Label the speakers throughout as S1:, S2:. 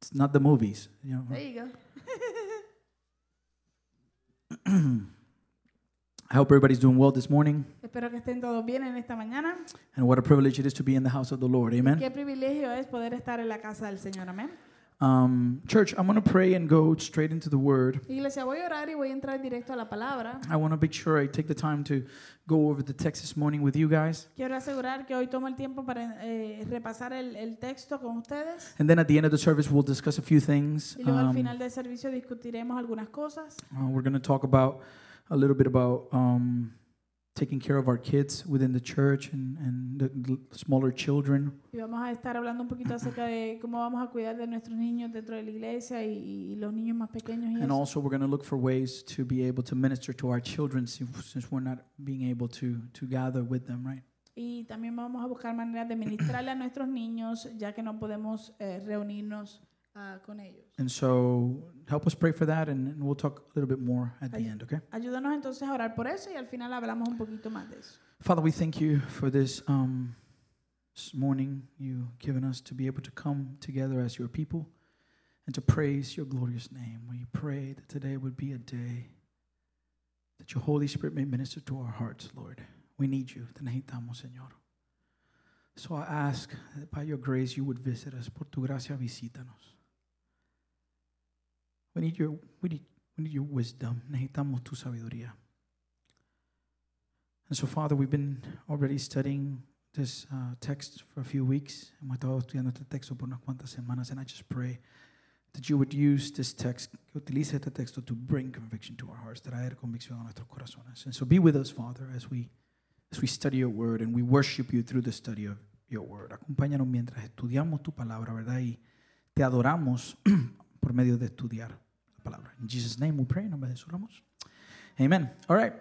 S1: It's not the movies. You know?
S2: There you go.
S1: I hope everybody's doing well this morning,
S2: Espero que estén todos bien en esta mañana.
S1: and what a privilege it is to be in the house of the Lord. Amen.
S2: Qué privilegio es poder estar en la casa del Señor. Amén.
S1: Um, church, I'm going to pray and go straight into the Word.
S2: Iglesia, voy a orar y voy a entrar directo a la palabra.
S1: I want to make sure I take the time to go over the text this morning with you guys,
S2: Quiero asegurar que hoy tomo el tiempo para eh, repasar el, el texto con ustedes.
S1: and then at the end of the service, we'll discuss a few things.
S2: Y luego al
S1: Um,
S2: final del servicio discutiremos algunas cosas.
S1: uh, we're going to talk about a little bit about um, taking care of our kids within the church and, and the the smaller children.
S2: Y vamos a estar hablando un poquito acerca de cómo vamos a cuidar de nuestros niños dentro de la iglesia y, y los niños más pequeños. Y
S1: And
S2: eso.
S1: also, we're going to look for ways to be able to minister to our children since, since we're not being able to, to gather with them, right?
S2: Y también vamos a buscar maneras de ministrarle a nuestros niños, ya que no podemos eh, reunirnos ah, con ellos.
S1: And so, help us pray for that, and, and we'll talk a little bit more at the
S2: Ay-
S1: end, okay?
S2: Ayúdanos entonces a orar por eso y al final hablamos un poquito más de eso.
S1: Father, we thank you for this, um, this morning you've given us to be able to come together as your people and to praise your glorious name. We pray that today would be a day that your Holy Spirit may minister to our hearts, Lord. We need you. Te necesitamos, Señor. So I ask that by your grace you would visit us. Por tu gracia, visítanos. We need your, we need, we need your wisdom. Necesitamos tu sabiduría. And so, Father, we've been already studying this uh, text for a few weeks. Hemos estado estudiando este texto por unas cuantas semanas, and I just pray that you would use this text, que utilice este texto to bring conviction to our hearts, traer convicción a nuestros corazones. And so, be with us, Father, as we as we study your word and we worship you through the study of your word. Acompáñanos mientras estudiamos tu palabra, ¿verdad? Y te adoramos por medio de estudiar la palabra. In Jesus' name we pray, en nombre de Jesús oramos. Amen. All right.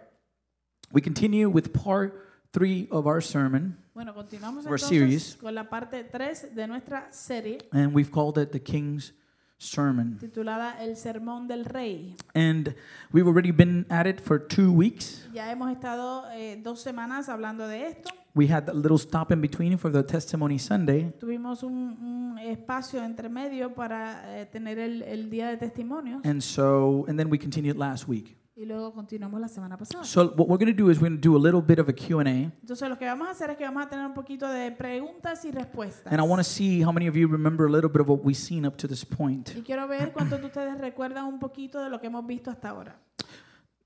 S1: We continue with part three of our sermon,
S2: Bueno, continuamos
S1: We're
S2: entonces
S1: serious.
S2: con la parte 3 de nuestra serie
S1: and we've called it the King's Sermon.
S2: titulada El Sermón del Rey.
S1: And we've already been at it for two weeks.
S2: Ya hemos estado eh, dos semanas hablando de esto.
S1: We had that little stop in between for the Testimony Sunday,
S2: Tuvimos un, un espacio entre medio para eh, tener el, el día de testimonios
S1: and so and then we continued last week.
S2: y luego continuamos la semana pasada.
S1: So what we're going to do is we're going to do a little bit of a Q&A,
S2: Entonces lo que vamos a hacer es que vamos a tener un poquito de preguntas y respuestas.
S1: and I want to see how many of you remember a little bit of what we've seen up to this point.
S2: Y quiero ver cuántos de ustedes recuerdan un poquito de lo que hemos visto hasta ahora.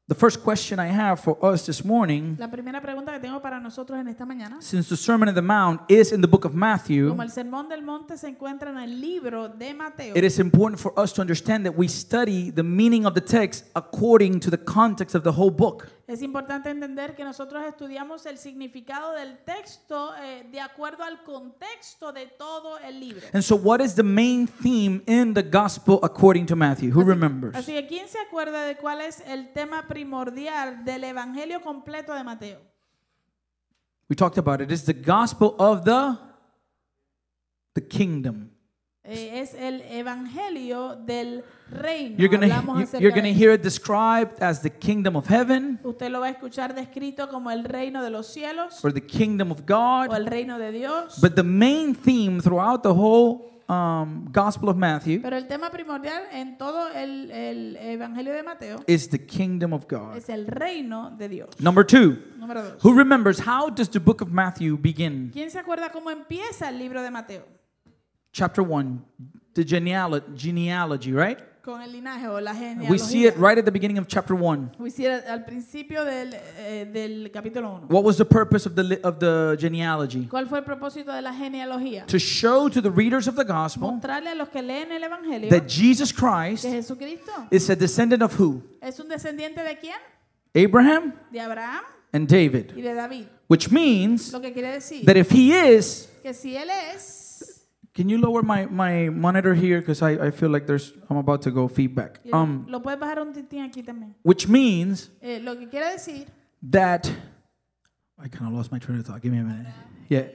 S1: The first question I have for us this morning,
S2: La primera pregunta que tengo para nosotros en esta mañana,
S1: since the Sermon on the Mount is in the book of Matthew,
S2: como el Sermón del Monte se encuentra en el libro de Mateo,
S1: It is important for us to understand that we study the meaning of the text according to the context of the whole book.
S2: es importante entender que nosotros estudiamos el significado del texto eh, de acuerdo al contexto de todo el libro.
S1: And so, what is the main theme in the gospel according to Matthew? Who remembers?
S2: Así que, ¿quién se acuerda de cuál es el tema primordial del Evangelio completo de Mateo?
S1: We talked about it. It's the gospel of the the kingdom.
S2: Eh, es el Evangelio del Reino.
S1: You're gonna
S2: Hablamos
S1: you-
S2: acerca
S1: you're
S2: de
S1: gonna
S2: eso.
S1: hear it described as the kingdom of heaven
S2: Usted lo va a escuchar descrito como el reino de los cielos
S1: or the kingdom of
S2: o
S1: God.
S2: el reino de Dios.
S1: But the main theme throughout the whole um, gospel of Matthew
S2: Pero el tema primordial en todo el, el Evangelio de Mateo
S1: is the kingdom of God.
S2: es el reino de Dios.
S1: Number two.
S2: Número dos.
S1: Who remembers how does the book of Matthew begin?
S2: ¿Quién se acuerda cómo empieza el libro de Mateo?
S1: Chapter 1, the genealo- genealogy, right?
S2: Con el linaje o la genealogía.
S1: We see it right at the beginning of chapter 1.
S2: We see it al principio del, eh, del capítulo 1.
S1: What was the purpose of the li- of the genealogy?
S2: ¿Cuál fue el propósito de la genealogía?
S1: To show to the readers of the gospel
S2: Mostrarle a los que leen el Evangelio
S1: that
S2: que
S1: Jesus Christ
S2: Jesucristo
S1: is a descendant of who?
S2: es un descendiente de quién?
S1: Abraham
S2: De Abraham
S1: and David,
S2: y de David.
S1: which means
S2: Lo que quiere decir
S1: that if he is
S2: que si él es
S1: can you lower my, my monitor here because I, I feel like there's i'm about to go feedback
S2: Y
S1: um,
S2: lo puedes bajar un tintín aquí también.
S1: which means
S2: Eh, lo que quiere decir
S1: that I kind of lost my train of thought. Give me a minute. Yeah,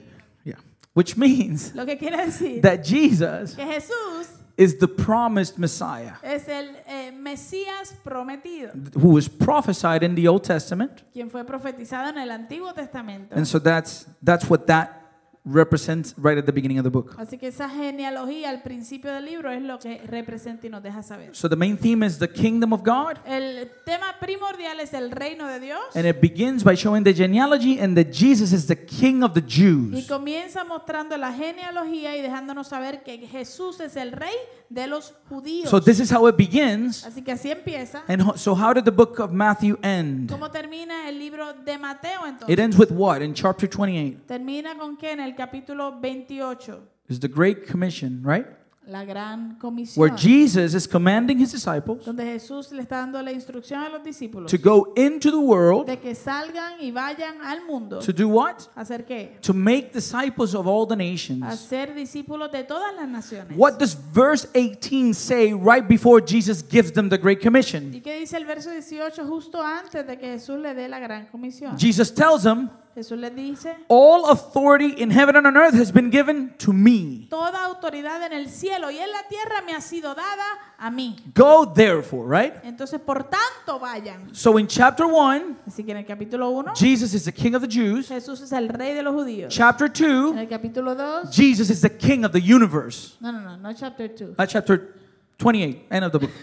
S1: yeah. Which means
S2: Lo que quiere decir
S1: that Jesus
S2: que Jesús
S1: is the promised Messiah
S2: es el eh, Mesías prometido,
S1: who was prophesied in the Old Testament,
S2: quien fue profetizado en el Antiguo Testamento.
S1: and so that's that's what that represents right at the beginning of the book.
S2: Así que esa genealogía al principio del libro es lo que representa y nos deja saber.
S1: So the main theme is the kingdom of God,
S2: El tema primordial es el reino de Dios
S1: and it begins by showing the genealogy and that Jesus is the king of the
S2: y
S1: Jews.
S2: comienza mostrando la genealogía y dejándonos saber que Jesús es el rey de los judíos.
S1: So this is how it begins.
S2: Así que así empieza.
S1: And ho- so how did the book of Matthew end?
S2: ¿Cómo termina el libro de Mateo entonces?
S1: It ends with what? In chapter 28
S2: Termina con que en el capítulo 28,
S1: is the great commission, right?
S2: la gran
S1: Where
S2: comisión,
S1: Jesus is commanding his disciples
S2: donde Jesús le está dando la instrucción a los discípulos
S1: to go into the world
S2: de que salgan y vayan al mundo.
S1: to do what?
S2: ¿Hacer qué?
S1: To make disciples of all the nations.
S2: Hacer discípulos de todas las naciones.
S1: What does verse 18 say right before Jesus gives them the Great Commission?
S2: ¿Y qué dice el verso 18 justo antes de que Jesús le dé la gran comisión?
S1: Jesus tells them,
S2: Jesús les dice,
S1: All authority in heaven and on earth has been given to me.
S2: toda autoridad en el cielo y en la tierra me ha sido dada a mí.
S1: Go therefore, right?
S2: Entonces, por tanto, vayan.
S1: So in chapter 1,
S2: Así que en el capítulo 1,
S1: Jesus is the king of the Jews.
S2: Jesús es el rey de los judíos.
S1: Chapter
S2: En
S1: 2,
S2: el capítulo 2,
S1: Jesus is the king of the universe.
S2: no, no, no, no chapter 2.
S1: Uh, chapter 28, end of the book.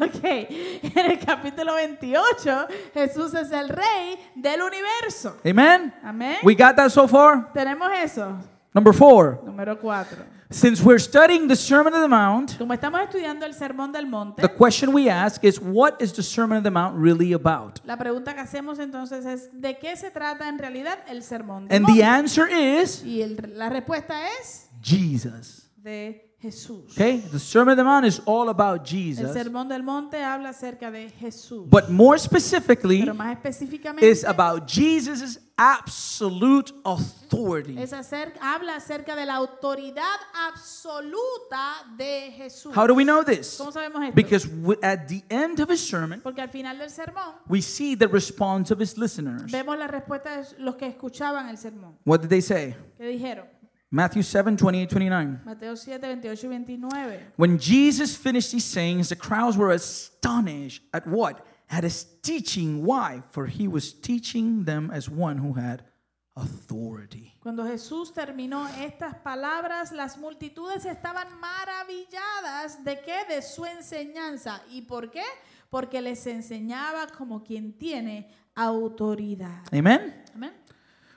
S2: Ok, en el capítulo 28, Jesús es el rey del universo.
S1: Amen?
S2: Amén.
S1: We got that so far?
S2: Tenemos eso.
S1: Number 4,
S2: Número 4.
S1: since we're studying the Sermon on the Mount,
S2: Como estamos estudiando el Sermón del Monte,
S1: the question we ask is what is the Sermon on the Mount really about?
S2: la pregunta que hacemos entonces es ¿de qué se trata en realidad el Sermón del
S1: And the
S2: Monte?
S1: answer is
S2: Y el- la respuesta es
S1: Jesus.
S2: de Jesús.
S1: Okay? The Sermon on the Mount is all about
S2: El
S1: Jesus.
S2: Sermón del Monte habla acerca de Jesús,
S1: But more specifically,
S2: pero más específicamente
S1: is about Jesus' absolute authority.
S2: es acerca, habla acerca de la autoridad absoluta de Jesús.
S1: How do we know this?
S2: ¿Cómo sabemos esto?
S1: Because w- at the end of his sermon,
S2: Porque al final del sermón
S1: we see the response of his listeners.
S2: vemos la respuesta de los que escuchaban el sermón,
S1: What did they say?
S2: que dijeron
S1: Matthew 7 28 29.
S2: Mateo 7, 28 y 29.
S1: When Jesus finished these sayings, the crowds were astonished at what? At his teaching. Why? For he was teaching them as one who had authority.
S2: Cuando Jesús terminó estas palabras, las multitudes estaban maravilladas de qué? De su enseñanza. ¿Y por qué? Porque les enseñaba como quien tiene autoridad.
S1: Amen?
S2: Amén.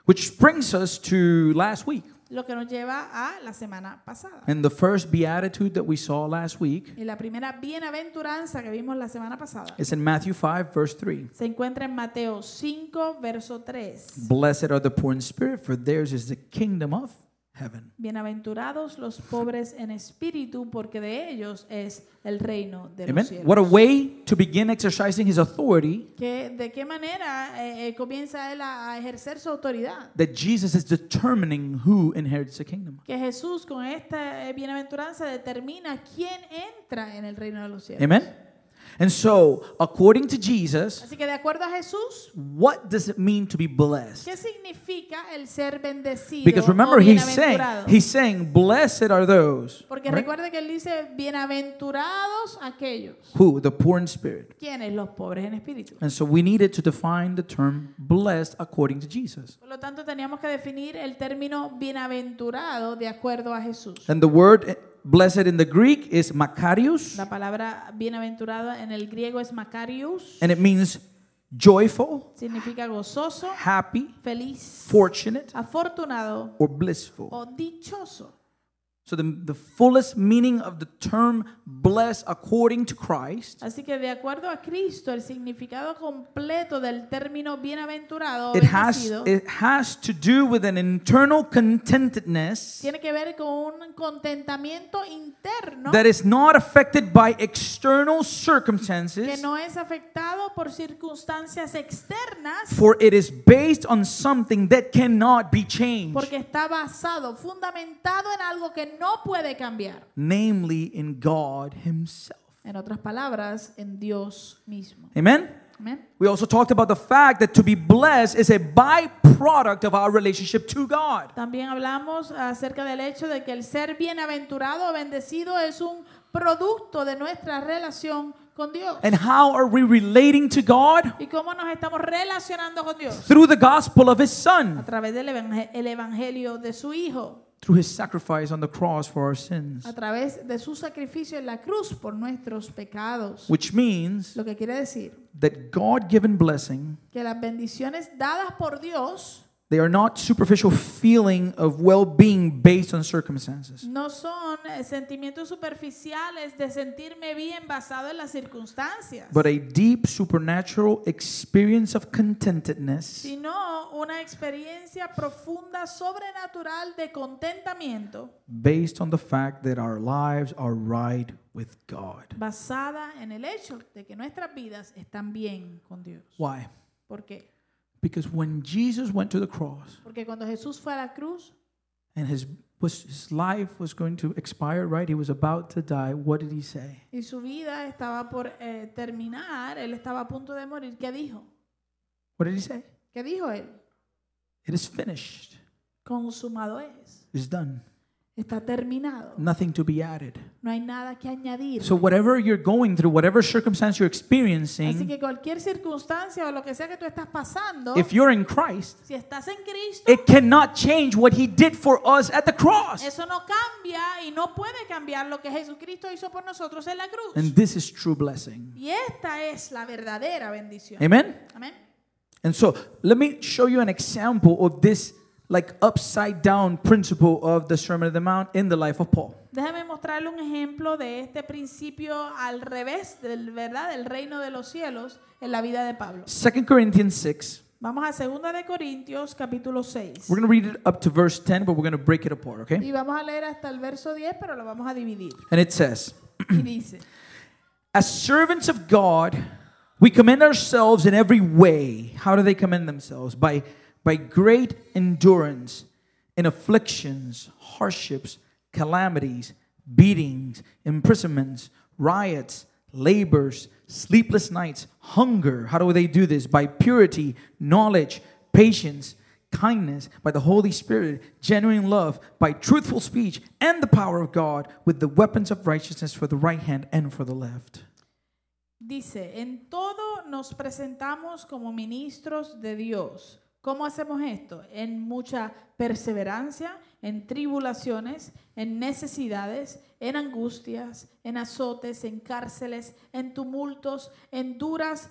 S1: Which brings us to last week
S2: Lo que nos lleva a la semana pasada.
S1: and the first beatitude that we saw last week.
S2: Y la primera bienaventuranza que vimos la semana pasada
S1: It's in Matthew 5, verse 3.
S2: se encuentra en Mateo 5, verso 3.
S1: Blessed are the poor in spirit, for theirs is the kingdom of heaven.
S2: Bienaventurados los pobres en espíritu, porque de ellos es el reino de los
S1: Amen.
S2: cielos.
S1: What a way to begin exercising his authority
S2: que de qué manera eh, eh, comienza él a, a ejercer su autoridad.
S1: that Jesus is determining who inherits the kingdom.
S2: Que Jesús con esta eh, bienaventuranza determina quién entra en el reino de los cielos.
S1: Amen. And so, according to Jesus,
S2: Así que de acuerdo a Jesús,
S1: what does it mean to be blessed?
S2: ¿qué significa el ser bendecido
S1: Because
S2: o
S1: remember, he's saying,
S2: Oh, bienaventurado?
S1: he's saying, blessed are those
S2: Porque
S1: right?
S2: recuerde que él dice, bienaventurados aquellos.
S1: who the poor in spirit.
S2: ¿Quiénes? Los pobres en espíritu.
S1: And so we needed to define the term blessed according to Jesus.
S2: Por lo tanto, teníamos que definir el término bienaventurado de acuerdo a Jesús.
S1: And the word eh, blessed in the Greek is makarios.
S2: La palabra bienaventurado en el griego es makarios,
S1: and it means joyful,
S2: significa gozoso,
S1: happy,
S2: feliz,
S1: fortunate,
S2: afortunado
S1: or blissful.
S2: o dichoso.
S1: So the, the fullest meaning of the term blessed according to Christ,
S2: Así que de acuerdo a Cristo, el significado completo del término bienaventurado o
S1: it has
S2: bendecido
S1: it has to do with an internal contentedness
S2: tiene que ver con un contentamiento interno
S1: that is not affected by external
S2: que
S1: circumstances,
S2: no es afectado por circunstancias externas
S1: for it is based on something that cannot be changed,
S2: porque está basado, fundamentado en algo que no puede cambiar.
S1: namely in God Himself.
S2: En otras palabras, en Dios mismo.
S1: Amen.
S2: Amén.
S1: We also talked about the fact that to be blessed is a byproduct of our relationship to God.
S2: También hablamos acerca del hecho de que el ser bienaventurado o bendecido es un producto de nuestra relación con Dios.
S1: And how are we relating to God?
S2: ¿Y cómo nos estamos relacionando con Dios?
S1: Through the gospel of His
S2: A
S1: Son,
S2: través del evangel- el evangelio de su Hijo,
S1: through His sacrifice on the cross for our sins.
S2: a través de su sacrificio en la cruz por nuestros pecados.
S1: Which means
S2: Lo que quiere decir
S1: that God given blessing,
S2: que las bendiciones dadas por Dios
S1: they are not superficial feeling of well being based on circumstances.
S2: no son eh, sentimientos superficiales de sentirme bien basado en las circunstancias,
S1: but a deep supernatural experience of contentedness
S2: sino una experiencia profunda, sobrenatural de contentamiento
S1: based on the fact that our lives are right with God.
S2: basada en el hecho de que nuestras vidas están bien con Dios.
S1: Why?
S2: ¿Por qué?
S1: Because when Jesus went to the cross
S2: Porque cuando Jesús fue a la cruz,
S1: and his was his life was going to expire, right? He was about to die. What did he say?
S2: Y su vida estaba por eh, terminar, él estaba a punto de morir. ¿Qué dijo?
S1: What did he say?
S2: ¿Qué dijo él?
S1: It is finished.
S2: Consumado es,
S1: It's done.
S2: está terminado,
S1: Nothing to be added.
S2: no hay nada que añadir.
S1: So whatever you're going through, whatever circumstance you're
S2: Así
S1: experiencing,
S2: que cualquier circunstancia o lo que sea que tú estás pasando,
S1: if you're in Christ,
S2: si estás en Cristo,
S1: it cannot change what he did for us at the cross.
S2: eso no cambia y no puede cambiar lo que Jesucristo hizo por nosotros en la cruz.
S1: And this is true blessing.
S2: Y esta es la verdadera bendición.
S1: Amen?
S2: Amén.
S1: And so let me show you an example of this like upside down principle of the Sermon on the Mount in the life of Paul.
S2: Déjame mostrarle un ejemplo de este principio al revés del verdad del reino de los cielos en la vida de Pablo.
S1: 2 Corinthians 6.
S2: Vamos a 2 de Corintios capítulo 6.
S1: We're going to read it up to verse 10, but we're going to break it apart, okay?
S2: Y vamos a leer hasta el verso 10, pero lo vamos a dividir.
S1: And it says,
S2: Y dice,
S1: As servants of God, we commend ourselves in every way. How do they commend themselves? By, by great endurance in afflictions, hardships, calamities, beatings, imprisonments, riots, labors, sleepless nights, hunger. How do they do this? By purity, knowledge, patience, kindness, by the Holy Spirit, genuine love, by truthful speech, and the power of God, with the weapons of righteousness for the right hand and for the left.
S2: dice, en todo nos presentamos como ministros de Dios. ¿Cómo hacemos esto? En mucha perseverancia, en tribulaciones, en necesidades, en angustias, en azotes, en cárceles, en tumultos, en duras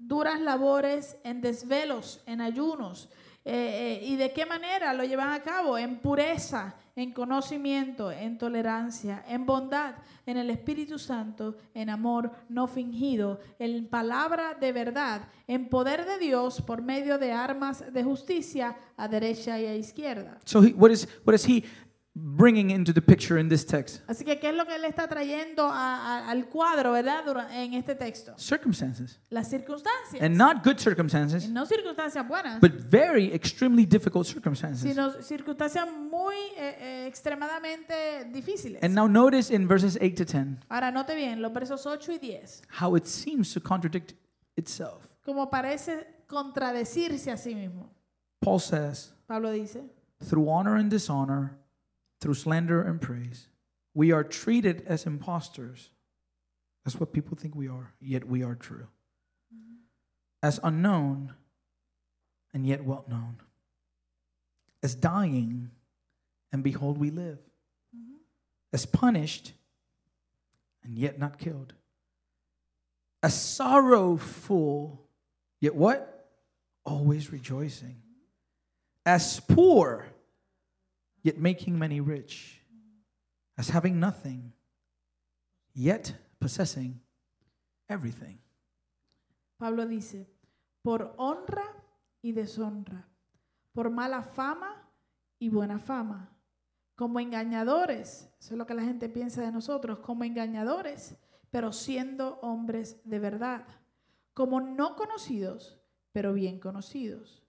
S2: duras labores, en desvelos, en ayunos. Eh, eh, ¿Y de qué manera lo llevan a cabo? En pureza, en conocimiento, en tolerancia, en bondad, en el Espíritu Santo, en amor no fingido, en palabra de verdad, en poder de Dios por medio de armas de justicia a derecha y a izquierda.
S1: So, he, what, is, what is he bringing into the picture in this text?
S2: Así que, ¿qué es lo que él está trayendo a- a- al cuadro, verdad, dura- en este texto?
S1: Circumstances.
S2: Las circunstancias.
S1: And not good circumstances,
S2: no circunstancias buenas.
S1: but very extremely difficult circumstances.
S2: sino circunstancias muy eh, eh, extremadamente difíciles.
S1: And now, notice in verses 8 to 10
S2: Ahora note bien los versos 8 y 10,
S1: how it seems to contradict itself.
S2: como parece contradecirse a sí mismo.
S1: Paul says,
S2: Pablo dice,
S1: through honor and dishonor, through slander and praise. We are treated as impostors. That's what people think we are, yet we are true. As unknown, and yet well known. As dying, and behold, we live. As punished, and yet not killed. As sorrowful, yet what? Always rejoicing as poor, yet making many rich, as having nothing, yet possessing everything.
S2: Pablo dice, por honra y deshonra, por mala fama y buena fama, como engañadores, eso es lo que la gente piensa de nosotros, como engañadores, pero siendo hombres de verdad, como no conocidos, pero bien conocidos,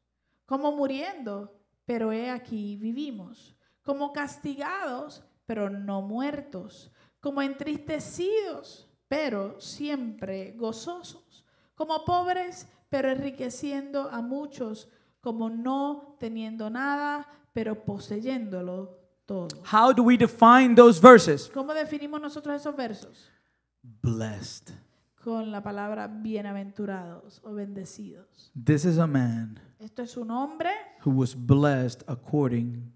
S2: como muriendo, pero he aquí vivimos, como castigados, pero no muertos, como entristecidos, pero siempre gozosos, como pobres, pero enriqueciendo a muchos, como no teniendo nada, pero poseyéndolo todo.
S1: How do we define those verses?
S2: ¿Cómo definimos nosotros esos versos?
S1: Blessed.
S2: Co- con la palabra bienaventurados o bendecidos.
S1: This is a man
S2: Esto es un hombre
S1: who was blessed according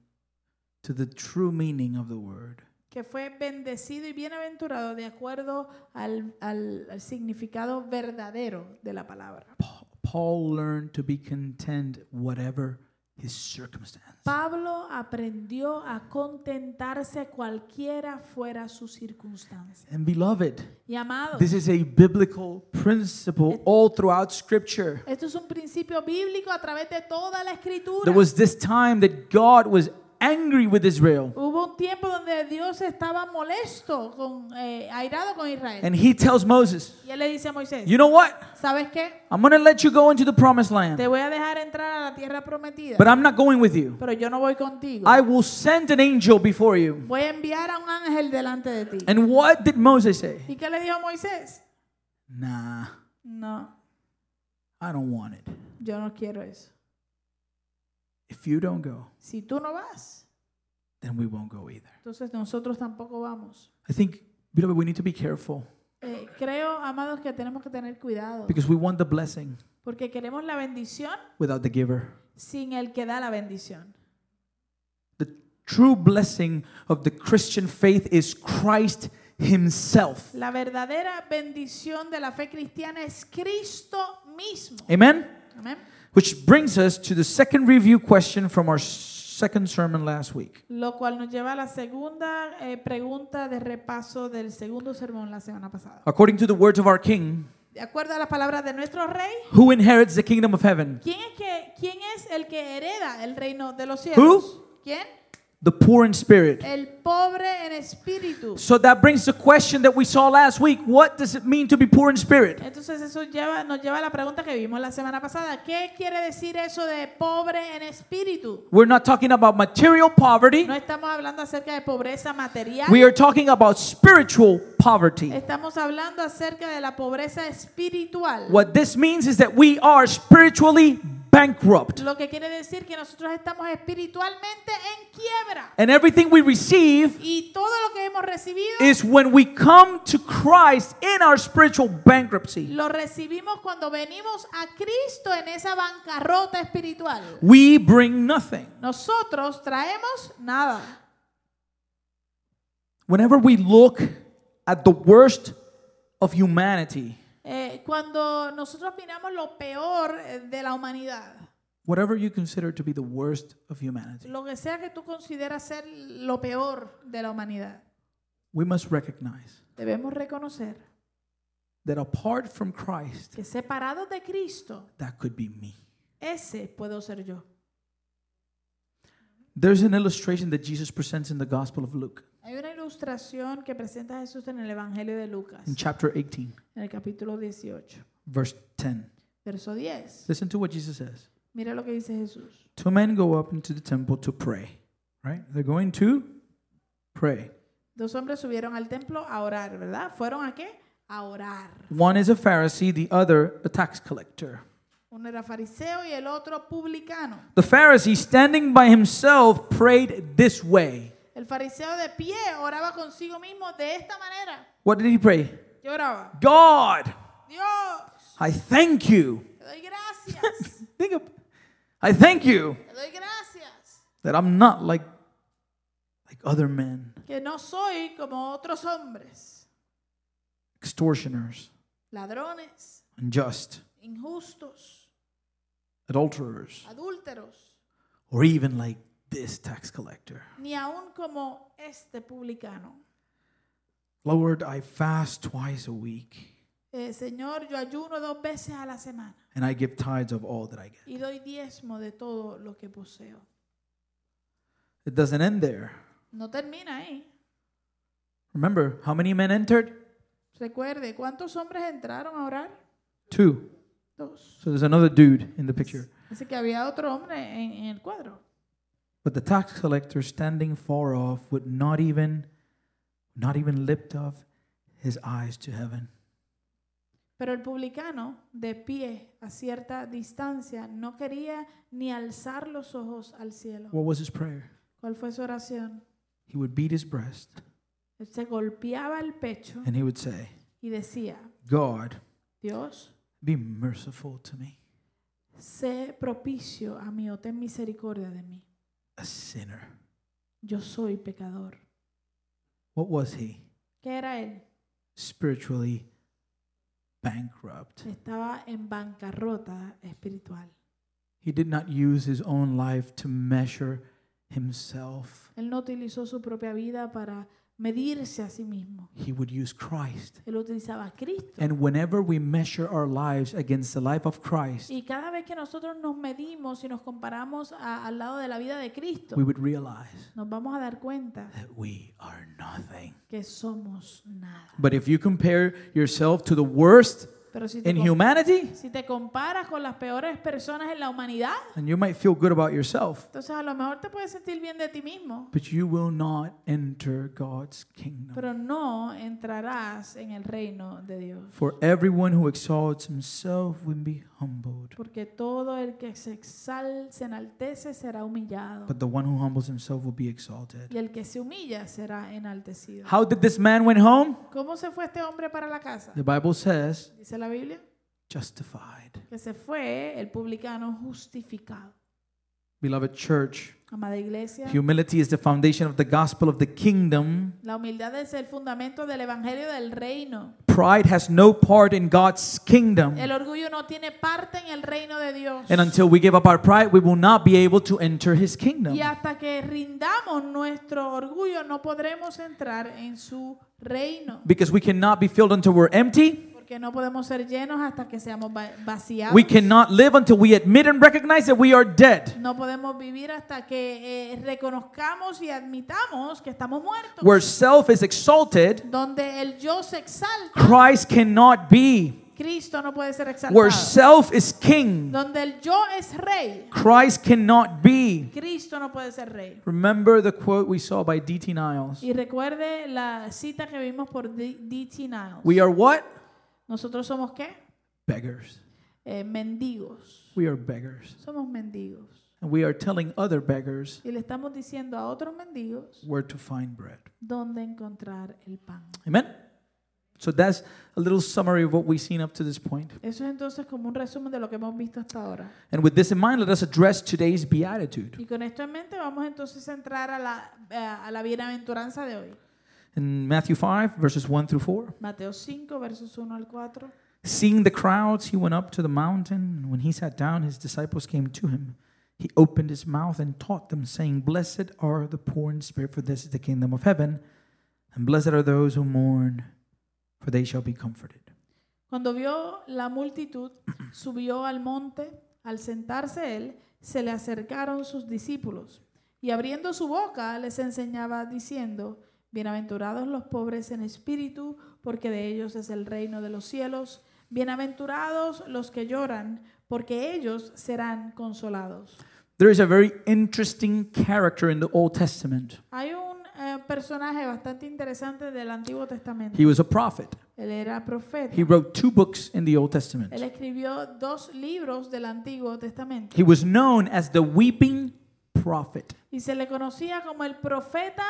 S1: to the true meaning of the word.
S2: que fue bendecido y bienaventurado de acuerdo al, al- al significado verdadero de la palabra.
S1: Pa- Paul learned to be content whatever his circumstance.
S2: Pablo aprendió a contentarse cualquiera fuera su circunstancia.
S1: And beloved,
S2: Y amados,
S1: this is a biblical principle all throughout scripture.
S2: esto es un principio bíblico a través de toda la escritura.
S1: There was this time that God was angry with Israel.
S2: Hubo un tiempo donde Dios estaba molesto, con, eh, airado con Israel.
S1: And he tells Moses,
S2: y él le dice a Moisés,
S1: You know what?
S2: ¿sabes qué?
S1: I'm going to let you go into the promised land,
S2: Te voy a dejar entrar a la tierra prometida,
S1: but I'm not going with you.
S2: pero yo no voy contigo.
S1: I will send an angel before you.
S2: voy a enviar a un ángel delante de ti.
S1: And what did Moses say?
S2: ¿Y qué le dijo Moisés?
S1: Nah,
S2: No,
S1: I don't want it.
S2: yo no quiero eso.
S1: If you don't go,
S2: Si tú no vas,
S1: then we won't go either.
S2: entonces nosotros tampoco vamos.
S1: I think, beloved, we need to be careful
S2: Eh, creo, amados, que tenemos que tener cuidado,
S1: because we want the blessing
S2: porque queremos la bendición
S1: without the giver.
S2: sin el que da la bendición.
S1: The true blessing of the Christian faith is Christ Himself.
S2: La verdadera bendición de la fe cristiana es Cristo mismo.
S1: Amen?
S2: Amén.
S1: Which brings us to the second review question from our second sermon last week.
S2: Lo cual nos lleva a la segunda eh, pregunta de repaso del segundo sermón la semana pasada.
S1: According to the words of our King,
S2: De acuerdo a las palabras de nuestro rey,
S1: who inherits the kingdom of heaven?
S2: ¿quién es, que, quién es el que hereda el reino de los cielos? ¿Quién?
S1: The poor in spirit.
S2: El pobre en espíritu.
S1: So that brings the question that we saw last week what does it mean to be poor in spirit?
S2: Entonces eso lleva, nos lleva a la pregunta que vimos la semana pasada. ¿Qué quiere decir eso de pobre en espíritu?
S1: We're not talking about material poverty,
S2: No estamos hablando acerca de pobreza material.
S1: we are talking about spiritual poverty.
S2: Estamos hablando acerca de la pobreza espiritual.
S1: What this means is that we are spiritually bankrupt,
S2: Lo que quiere decir que nosotros estamos espiritualmente en quiebra.
S1: and everything we receive
S2: Y todo lo que hemos recibido
S1: is when we come to Christ in our spiritual bankruptcy.
S2: lo recibimos cuando venimos a Cristo en esa bancarrota espiritual.
S1: We bring nothing.
S2: Nosotros traemos nada.
S1: Whenever we look at the worst of humanity,
S2: Eh, cuando nosotros miramos lo peor eh, de la humanidad,
S1: whatever you consider to be the worst of humanity,
S2: lo que sea que tú consideras ser lo peor de la humanidad,
S1: we must recognize
S2: debemos reconocer
S1: that apart from Christ,
S2: que separados de Cristo,
S1: that could be me.
S2: ese puedo ser yo.
S1: There's an illustration that Jesus presents in the Gospel of Luke
S2: Hay una ilustración que presenta Jesús en el Evangelio de Lucas,
S1: in chapter 18,
S2: en el capítulo 18,
S1: verse 10.
S2: verso 10.
S1: Listen to what Jesus says.
S2: Mira lo que dice Jesús.
S1: Two men go up into the temple to pray, right? They're going to pray.
S2: Dos hombres subieron al templo a orar, ¿verdad? ¿Fueron a qué? A orar.
S1: One is a Pharisee, the other a tax collector.
S2: Uno era fariseo y el otro publicano.
S1: The Pharisee, standing by himself, prayed this way.
S2: El fariseo de pie oraba consigo mismo de esta manera.
S1: What did he pray?
S2: Lloraba.
S1: God,
S2: Dios,
S1: I thank you.
S2: te doy gracias.
S1: Think of, I thank you
S2: Te doy gracias.
S1: that I'm not like like other men,
S2: Que no soy como otros hombres.
S1: extortioners,
S2: Ladrones,
S1: unjust,
S2: injustos,
S1: adulterers,
S2: adúlteros.
S1: or even like this tax collector.
S2: Ni aun como este publicano.
S1: Lord, I fast twice a week
S2: Eh, Señor, yo ayuno dos veces a la semana
S1: and I give tithes of all that I get.
S2: y doy diezmo de todo lo que poseo.
S1: It doesn't end there.
S2: No termina ahí.
S1: Remember how many men entered?
S2: Recuerde, ¿cuántos hombres entraron a orar?
S1: Two.
S2: Dos.
S1: So there's another dude in the picture.
S2: Así que había otro hombre en, en el cuadro.
S1: But the tax collector standing far off would not even not even lift up his eyes to heaven.
S2: Pero el publicano, de pie a cierta distancia, no quería ni alzar los ojos al cielo.
S1: What was his prayer?
S2: ¿Cuál fue su oración?
S1: He would beat his breast
S2: Él se golpeaba el pecho
S1: and he would say,
S2: y decía,
S1: God,
S2: Dios,
S1: be merciful to me,
S2: sé propicio a mí o ten misericordia de mí.
S1: a sinner.
S2: Yo soy pecador.
S1: What was he?
S2: ¿Qué era él?
S1: Spiritually bankrupt.
S2: Estaba en bancarrota espiritual.
S1: He did not use his own life to measure himself.
S2: Él no utilizó su propia vida para medirse a sí mismo.
S1: He would use Christ.
S2: Él utilizaba a Cristo.
S1: And whenever we measure our lives against the life of Christ,
S2: Y cada vez que nosotros nos medimos y nos comparamos a- al lado de la vida de Cristo,
S1: we would realize
S2: nos vamos a dar cuenta
S1: that we are nothing.
S2: que somos nada.
S1: But if you compare yourself to the worst
S2: Pero si te,
S1: in
S2: com-
S1: humanity,
S2: si te comparas con las peores personas en la humanidad,
S1: and you might feel good about yourself,
S2: entonces a lo mejor te puedes sentir bien de ti mismo,
S1: but you will not enter God's kingdom.
S2: pero no entrarás en el reino de Dios.
S1: For everyone who exalts himself will be humbled,
S2: Porque todo el que se exal, se enaltece será humillado.
S1: but the one who humbles himself will be exalted.
S2: Y el que se humilla será enaltecido.
S1: How did this man went home?
S2: ¿Cómo se fue este hombre para la casa?
S1: The Bible says,
S2: Dice la Biblia
S1: justified.
S2: que se fue el publicano justificado.
S1: Beloved church,
S2: Amada iglesia,
S1: humility is the foundation of the gospel of the kingdom.
S2: la humildad es el fundamento del evangelio del reino.
S1: Pride has no part in God's kingdom.
S2: El orgullo no tiene parte en el reino de Dios.
S1: And until we give up our pride, we will not be able to enter his kingdom.
S2: Y hasta que rindamos nuestro orgullo no podremos entrar en su reino.
S1: Because we cannot be filled until we're empty.
S2: Porque no podemos ser llenos hasta que seamos va- vaciados.
S1: We cannot live until we admit and recognize that we are dead.
S2: No podemos vivir hasta que eh, reconozcamos y admitamos que estamos muertos.
S1: Where self is exalted,
S2: Donde el yo se exalta,
S1: Christ cannot be.
S2: Cristo no puede ser
S1: Where
S2: exaltado.
S1: self is king,
S2: Donde el yo es rey,
S1: Christ cannot be.
S2: Cristo no puede ser rey.
S1: Remember the quote we saw by D.T. Niles.
S2: Y recuerde la cita que vimos por D- D.T. Niles.
S1: We are what?
S2: Nosotros somos qué?
S1: Beggars.
S2: Eh, mendigos.
S1: We are beggars.
S2: Somos mendigos.
S1: And we are telling other beggars
S2: Y le estamos diciendo a otros mendigos
S1: where to find bread.
S2: dónde encontrar el pan.
S1: Amen? So that's a little summary of what we've seen up to this point.
S2: Eso es entonces como un resumen de lo que hemos visto hasta ahora.
S1: And with this in mind, let us address today's beatitude.
S2: Y con esto en mente vamos entonces a entrar a la, eh, a la bienaventuranza de hoy.
S1: In Matthew 5, verses 1 through 4.
S2: Mateo 5, versos 1 al 4.
S1: Seeing the crowds, he went up to the mountain, and when he sat down, his disciples came to him. He opened his mouth and taught them, saying, Blessed are the poor in spirit, for this is the kingdom of heaven, and blessed are those who mourn, for they shall be comforted.
S2: Cuando vio la multitud, subió al monte. Al sentarse él, se le acercaron sus discípulos. Y abriendo su boca, les enseñaba diciendo, Bienaventurados los pobres en espíritu, porque de ellos es el reino de los cielos. Bienaventurados los que lloran, porque ellos serán consolados.
S1: There is a very interesting character in the Old Testament.
S2: Hay un eh, personaje bastante interesante del Antiguo Testamento.
S1: He was a prophet.
S2: Él era profeta.
S1: He wrote two books in the Old Testament.
S2: Él escribió dos libros del Antiguo Testamento.
S1: He was known as the weeping prophet.
S2: Y se le conocía como el profeta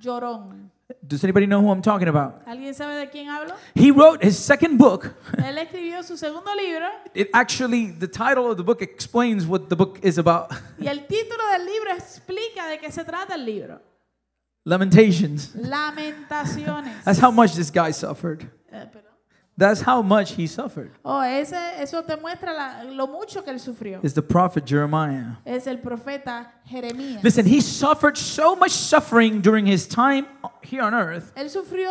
S2: llorón.
S1: Does anybody know who I'm talking about?
S2: ¿Alguien sabe de quién hablo?
S1: He wrote his second book.
S2: Él escribió su segundo libro
S1: It actually, the title of the book explains what the book is about
S2: y el título del libro explica de qué se trata el libro.
S1: Lamentations.
S2: Lamentaciones.
S1: That's how much this guy suffered.
S2: Eh, perdón.
S1: That's how much he suffered.
S2: Oh, ese, eso te muestra la- lo mucho que él sufrió.
S1: Is the prophet Jeremiah.
S2: Es el profeta Jeremías.
S1: Listen, he suffered so much suffering during his time here on earth.
S2: Él sufrió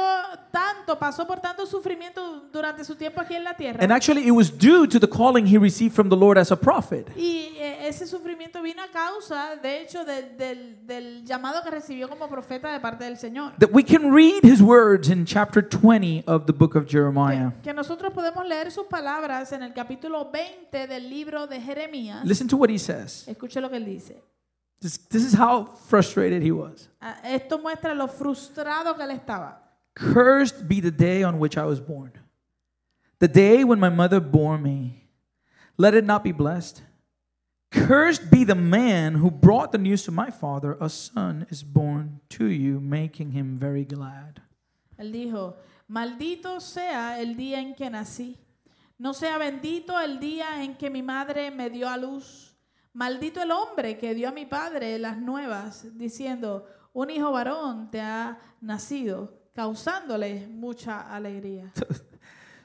S2: tanto, pasó por tanto sufrimiento durante su tiempo aquí en la tierra.
S1: And actually, it was due to the calling he received from the Lord as a prophet.
S2: Y eh, ese sufrimiento vino a causa, de hecho, del- del, del llamado que recibió como profeta de parte del Señor.
S1: That we can read his words in chapter 20 of the book of Jeremiah.
S2: Que nosotros podemos leer sus palabras en el capítulo 20 del libro de Jeremías.
S1: Listen to what he says.
S2: Escuche lo que él dice.
S1: This, this is how frustrated he was.
S2: Ah, Esto muestra lo frustrado que él estaba.
S1: Cursed be the day on which I was born, the day when my mother bore me. Let it not be blessed. Cursed be the man who brought the news to my father. A son is born to you, making him very glad.
S2: Él dijo, maldito sea el día en que nací. No sea bendito el día en que mi madre me dio a luz. Maldito el hombre que dio a mi padre las nuevas, diciendo, un hijo varón te ha nacido, causándole mucha alegría.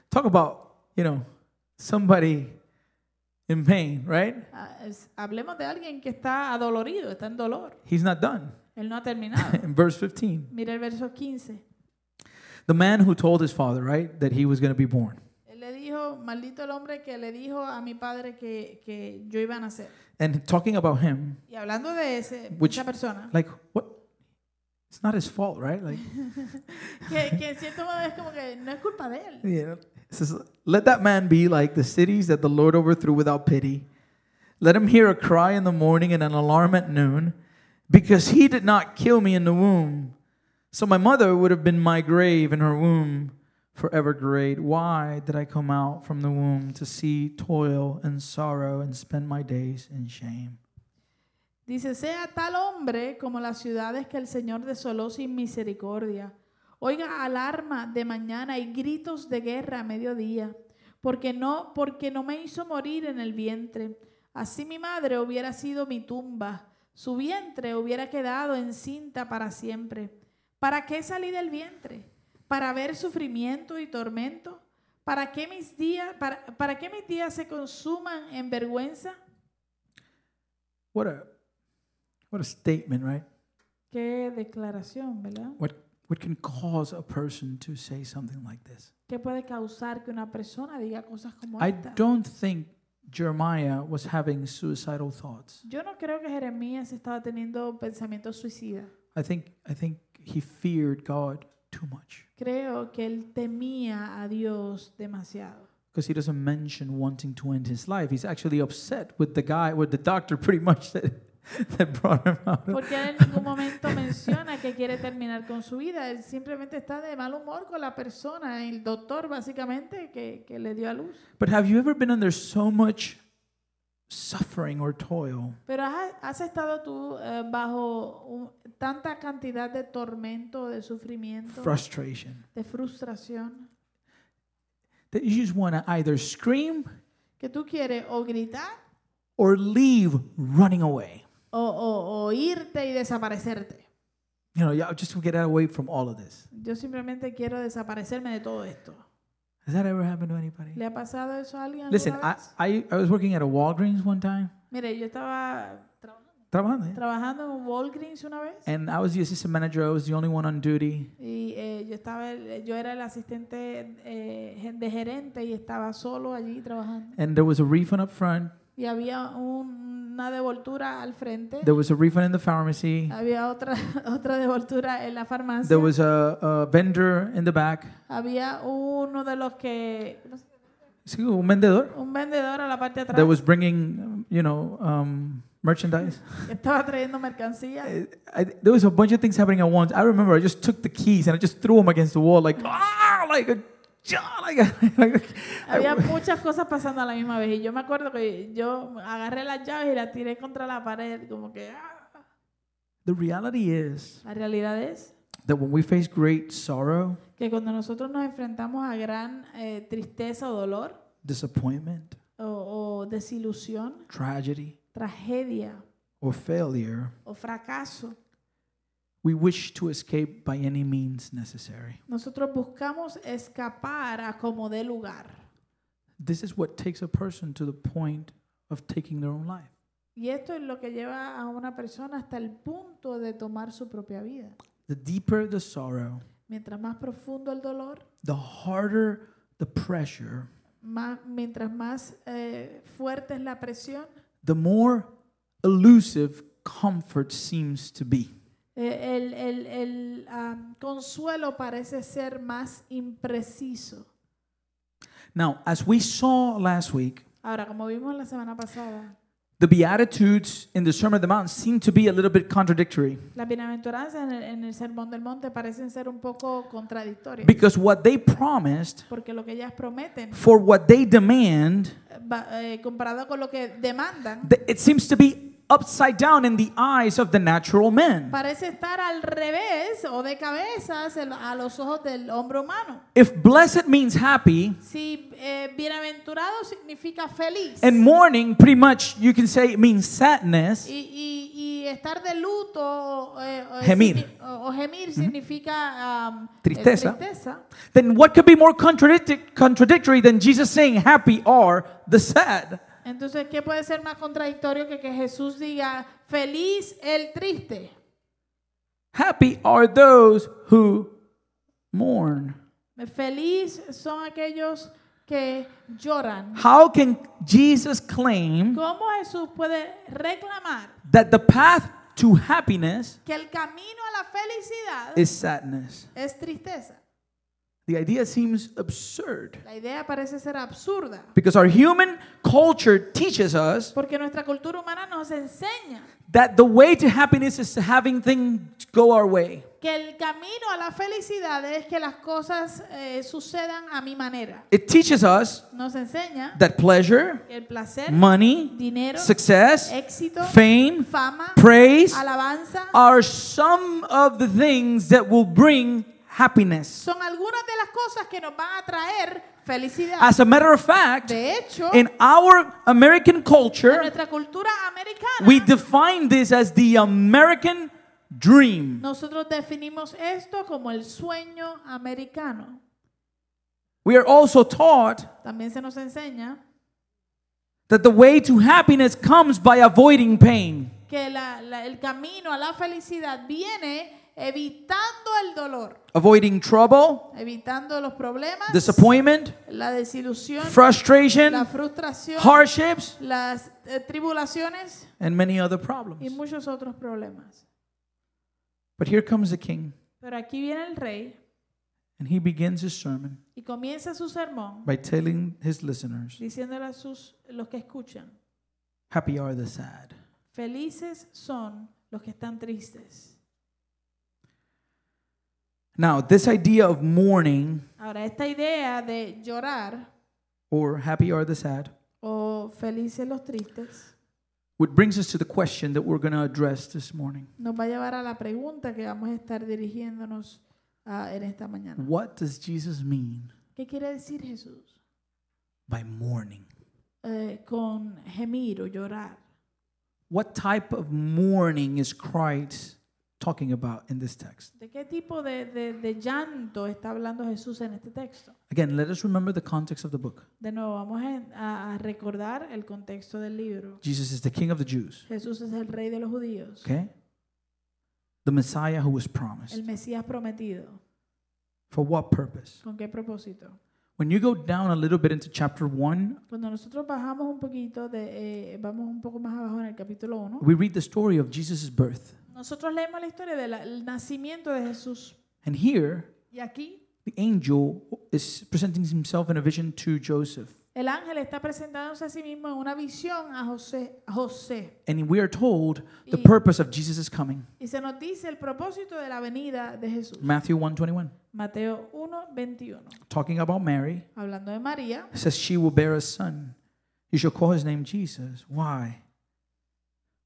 S1: Talk about, you know, somebody in pain, right?
S2: Ah, es- Hablemos de alguien que está adolorido, está en dolor.
S1: He's not done.
S2: Él no ha terminado.
S1: In verse 15,
S2: Mira el verso 15.
S1: the man who told his father, right, that he was going to be born.
S2: Él le dijo, maldito el hombre que le dijo a mi padre que, que yo iba a nacer.
S1: And talking about him,
S2: Y hablando de ese,
S1: Which-
S2: esa persona,
S1: like, what? It's not his fault, right? Like,
S2: que, que en cierto modo es como que no es culpa de él.
S1: you know, it says, let that man be like the cities that the Lord overthrew without pity. Let him hear a cry in the morning and an alarm at noon, because he did not kill me in the womb. So my mother would have been my grave and her womb forever great. Why did I come out from the womb to see toil and sorrow and spend my days in shame?
S2: Dice, sea tal hombre como las ciudades que el Señor desoló sin misericordia. Oiga alarma de mañana y gritos de guerra a mediodía, porque no, porque no me hizo morir en el vientre. Así mi madre hubiera sido mi tumba, su vientre hubiera quedado encinta para siempre. ¿Para qué salí del vientre? ¿Para ver sufrimiento y tormento? ¿Para qué mis días, para, para qué mis días se consuman en vergüenza?
S1: What a what a statement, right?
S2: Qué declaración, ¿verdad?
S1: What what can cause a person to say something like this?
S2: ¿Qué puede causar que una persona diga cosas como
S1: I
S2: esta?
S1: don't think Jeremiah was having suicidal thoughts.
S2: Yo no creo que Jeremías estaba teniendo pensamientos suicidas.
S1: I think I think he feared God too much
S2: Creo que él temía a Dios demasiado.
S1: because he doesn't mention wanting to end his life. He's actually upset with the guy, with the doctor, pretty much that that brought him out. of-
S2: Porque él en ningún momento menciona que quiere terminar con su vida. Él simplemente está de mal humor con la persona, el doctor básicamente que, que le dio a luz.
S1: But have you ever been under so much suffering or toil
S2: Pero has, has estado tú eh, bajo un- tanta cantidad de tormento, de sufrimiento,
S1: frustration
S2: de frustración,
S1: that you just want to either scream
S2: que tú quieres o gritar
S1: or leave running away?
S2: o, o- o irte y desaparecerte.
S1: You know, yeah, I'll just get away from all of this.
S2: Yo simplemente quiero desaparecerme de todo esto.
S1: Has that ever happened to anybody?
S2: ¿Le ha pasado eso a alguien? alguna
S1: Listen, I,
S2: vez?
S1: I, I was working at a Walgreens one time,
S2: Mire, yo estaba tra-
S1: trabajando, eh,
S2: trabajando en un Walgreens una vez
S1: and I was the assistant manager. I was the only one on duty.
S2: y eh, yo estaba, el- yo era el asistente eh, gen- de gerente y estaba solo allí trabajando.
S1: And there was a refund up front.
S2: Y había un- una devoltura al frente,
S1: There was a refund in the pharmacy.
S2: había otra otra devoltura en la farmacia,
S1: There was a, a vendor in the back.
S2: había uno de los que ¿cómo se
S1: Sí, Un vendedor
S2: llama? un vendedor a la parte de
S1: that
S2: atrás
S1: was bringing, um, you know, um, merchandise.
S2: que estaba trayendo mercancía.
S1: I, I- there was a bunch of things happening at once. I remember I just took the keys and I just threw them against the wall, like ah, like a, like a, like a
S2: Había
S1: I,
S2: muchas cosas pasando a la misma vez. Y yo me acuerdo que yo agarré las llaves y las tiré contra la pared. Como que. ah.
S1: the reality is
S2: La realidad es
S1: that when we face great sorrow,
S2: que cuando nosotros nos enfrentamos a gran eh, tristeza o dolor,
S1: disappointment,
S2: o, o desilusión,
S1: tragedy,
S2: tragedia
S1: or failure,
S2: o fracaso,
S1: we wish to escape by any means necessary.
S2: nosotros buscamos escapar a como dé lugar.
S1: This is what takes a person to the point of taking their own life.
S2: Y esto es lo que lleva a una persona hasta el punto de tomar su propia vida.
S1: The deeper the sorrow,
S2: Mientras más profundo el dolor,
S1: the harder the pressure,
S2: más, mientras más eh, fuerte es la presión,
S1: the more elusive comfort seems to be.
S2: eh, el, el- el, am, consuelo parece ser más impreciso.
S1: Now, as we saw last week,
S2: Ahora, como vimos la semana pasada,
S1: the Beatitudes in the Sermon on the Mount seem to be a little bit contradictory
S2: las bienaventuranzas en el, en el Sermón del Monte parecen ser un poco contradictorias,
S1: because what they promised
S2: porque lo que ellas prometen,
S1: for what they demand
S2: eh, va- eh, comparado con lo que demandan,
S1: th- it seems to be upside down in the eyes of the natural man.
S2: Parece estar al revés o de cabezas el- a los ojos del hombre humano.
S1: If blessed means happy,
S2: Si eh, bienaventurado significa feliz
S1: and mourning pretty much you can say it means sadness,
S2: y, y- y estar de luto eh, eh,
S1: Gemir.
S2: signi- o, o gemir significa am, eh,
S1: Tristeza.
S2: tristeza.
S1: then what could be more contradic- contradictory than Jesus saying happy are the sad?
S2: Entonces, ¿qué puede ser más contradictorio que que Jesús diga feliz el triste?
S1: Happy are those who mourn.
S2: Feliz son aquellos que lloran.
S1: How can Jesus claim
S2: ¿Cómo Jesús puede reclamar
S1: that the path to happiness
S2: que el camino a la felicidad
S1: is sadness?
S2: es tristeza?
S1: The idea seems absurd
S2: La idea parece ser absurda,
S1: because our human culture teaches us
S2: porque nuestra cultura humana nos enseña
S1: that the way to happiness is having things go our way.
S2: que el camino a la felicidad es que las cosas eh, sucedan a mi manera.
S1: It teaches us
S2: Nos enseña
S1: that pleasure,
S2: que el placer,
S1: money,
S2: dinero,
S1: success,
S2: éxito,
S1: fame,
S2: fama,
S1: praise
S2: alabanza,
S1: are some of the things that will bring happiness.
S2: son algunas de las cosas que nos van a traer felicidad.
S1: As a matter of fact,
S2: De hecho, en
S1: in our American culture,
S2: nuestra cultura americana,
S1: we define this as the American dream.
S2: nosotros definimos esto como el sueño americano.
S1: We are also taught
S2: También se nos enseña
S1: that the way to happiness comes by avoiding pain.
S2: que la- la- el camino a la felicidad viene evitando el dolor,
S1: Avoiding trouble,
S2: evitando los problemas,
S1: disappointment,
S2: la desilusión, la
S1: frustration,
S2: frustración,
S1: hardships,
S2: las eh, tribulaciones
S1: and many other
S2: y
S1: problems.
S2: muchos otros problemas.
S1: But here comes the king,
S2: Pero aquí viene el rey
S1: and he begins his sermon
S2: y comienza su sermón
S1: by telling his listeners,
S2: diciéndole a sus, los que escuchan,
S1: Happy are the sad.
S2: felices son los que están tristes.
S1: Now, this idea of mourning
S2: Ahora, esta idea de llorar
S1: or happy are the sad,
S2: o felices los tristes
S1: which brings us to the question that we're going to address this morning.
S2: nos va a llevar a la pregunta que vamos a estar dirigiéndonos ah, en esta mañana.
S1: What does Jesus mean
S2: ¿Qué quiere decir Jesús
S1: by mourning?
S2: eh, con gemir o llorar?
S1: What type of mourning is Christ talking about in this text?
S2: ¿De qué tipo de, de- de llanto está hablando Jesús en este texto?
S1: Again, let us remember the context of the book.
S2: De nuevo, vamos a- a- a recordar el contexto del libro.
S1: Jesus is the king of the Jews,
S2: Jesús es el rey de los judíos,
S1: okay? The Messiah who was promised.
S2: el Mesías prometido.
S1: For what purpose?
S2: ¿Con qué propósito?
S1: When you go down a little bit into chapter 1,
S2: Cuando nosotros bajamos un poquito, de, eh, vamos un poco más abajo en el capítulo 1,
S1: we read the story of Jesus' birth.
S2: nosotros leemos la historia del nacimiento de Jesús.
S1: And here,
S2: Y aquí
S1: the angel is presenting himself in a vision to Joseph.
S2: el ángel está presentándose a sí mismo en una visión a José. A José.
S1: And we are told the
S2: Y-
S1: purpose of Jesus' coming.
S2: Y se nos dice el propósito de la venida de Jesús.
S1: Matthew 1:21,
S2: Mateo 1, 21.
S1: talking about Mary,
S2: Hablando de María,
S1: it says she will bear a son. You shall call his name Jesus. Why?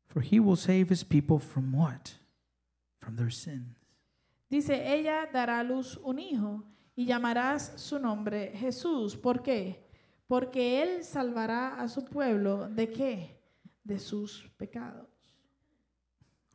S1: For he will save his people from what? From their sins.
S2: dice, ella dará a luz un hijo y llamarás su nombre Jesús. ¿Por qué? Porque él salvará a su pueblo de qué? De sus pecados.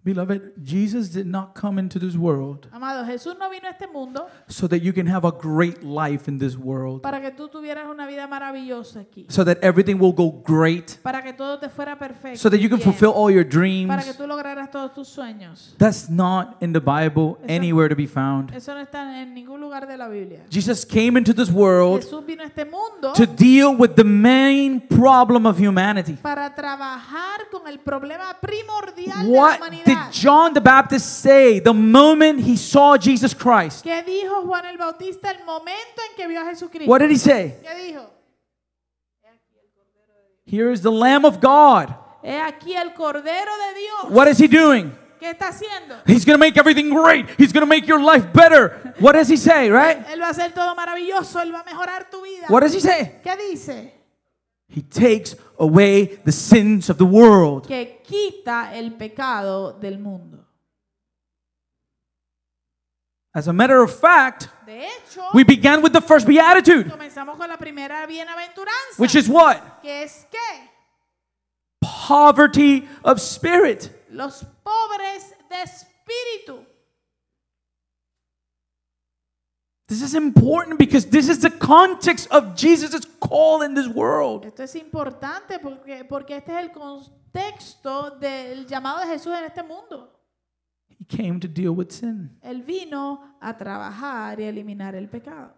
S1: Beloved, Jesus did not come into this world
S2: Amado, Jesús no vino a este mundo
S1: so that you can have a great life in this world,
S2: para que tú tuvieras una vida maravillosa aquí,
S1: so that everything will go great,
S2: para que todo te fuera perfecto,
S1: so that you can
S2: bien,
S1: fulfill all your
S2: para que
S1: dreams.
S2: tú lograras todos tus sueños.
S1: That's not in the Bible
S2: Eso-
S1: anywhere to be found.
S2: Eso no está en ningún lugar de la Biblia.
S1: Jesus came into this world
S2: Jesús vino a este mundo
S1: to deal with the main problem of humanity.
S2: para trabajar con el problema primordial de la
S1: What did
S2: humanidad.
S1: John the Baptist say the moment he saw Jesus Christ?
S2: ¿Qué dijo Juan el Bautista el momento en que vio a Jesucristo?
S1: What did he say?
S2: ¿Qué dijo?
S1: Here is the Lamb of God.
S2: He aquí el Cordero de Dios.
S1: What is he doing?
S2: ¿Qué está haciendo?
S1: He's going to make everything great. He's going to make your life better. What does he say, right?
S2: Él va a hacer todo maravilloso, Él va a mejorar tu vida.
S1: What does he say?
S2: ¿Qué dice?
S1: He takes away the sins of the world.
S2: que quita el pecado del mundo.
S1: As a matter of fact,
S2: De hecho,
S1: we began with the first beatitude,
S2: comenzamos con la primera bienaventuranza,
S1: which is what?
S2: que es que
S1: Poverty of spirit.
S2: los pobres de espíritu.
S1: This is important because this is the context of Jesus' call in this world.
S2: Esto es importante porque, porque este es el contexto del llamado de Jesús en este mundo.
S1: He came to deal with sin.
S2: Él vino a trabajar y a eliminar el pecado.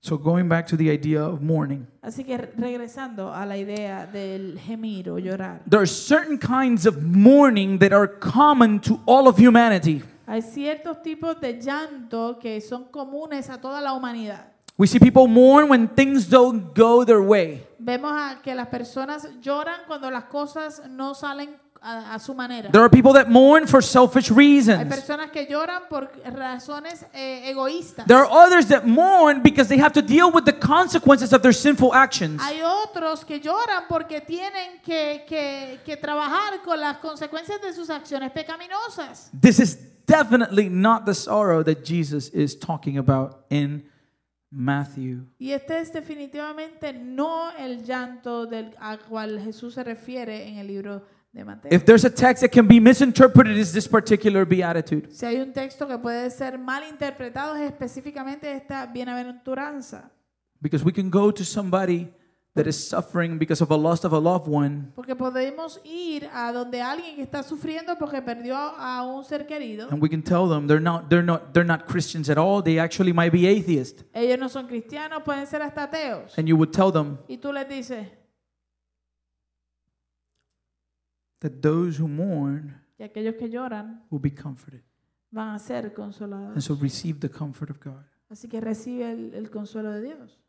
S1: So, going back to the idea of mourning,
S2: Así que re- regresando a la idea del gemir o llorar.
S1: there are certain kinds of mourning that are common to all of humanity.
S2: Hay ciertos tipos de llanto que son comunes a toda la humanidad.
S1: We see people mourn when things don't go their way.
S2: Vemos a que las personas lloran cuando las cosas no salen a, a su manera.
S1: There are people that mourn for selfish
S2: Hay
S1: reasons.
S2: personas que lloran por razones eh, egoístas.
S1: There are others that mourn because they have to deal with the consequences of their sinful actions.
S2: Hay otros que lloran porque tienen que, que- que trabajar con las consecuencias de sus acciones pecaminosas.
S1: This is definitely not the sorrow that Jesus is talking about in Matthew.
S2: Y este es definitivamente no el llanto del, al cual Jesús se refiere en el libro de Mateo.
S1: If there's a text that can be misinterpreted, it's this particular beatitude.
S2: Si hay un texto que puede ser mal interpretado es específicamente esta bienaventuranza.
S1: Because we can go to somebody that is suffering because of a loss of a loved one,
S2: Porque podemos ir a donde alguien que está sufriendo porque perdió a un ser querido.
S1: and we can tell them they're not they're not they're not Christians at all. They actually might be atheist.
S2: Ellos no son cristianos, pueden ser hasta ateos.
S1: And you would tell them
S2: Y tú les dices,
S1: that those who mourn
S2: y aquellos que lloran
S1: will be comforted.
S2: van a ser consolados.
S1: And so receive the comfort of God.
S2: Así que recibe el, el consuelo de Dios.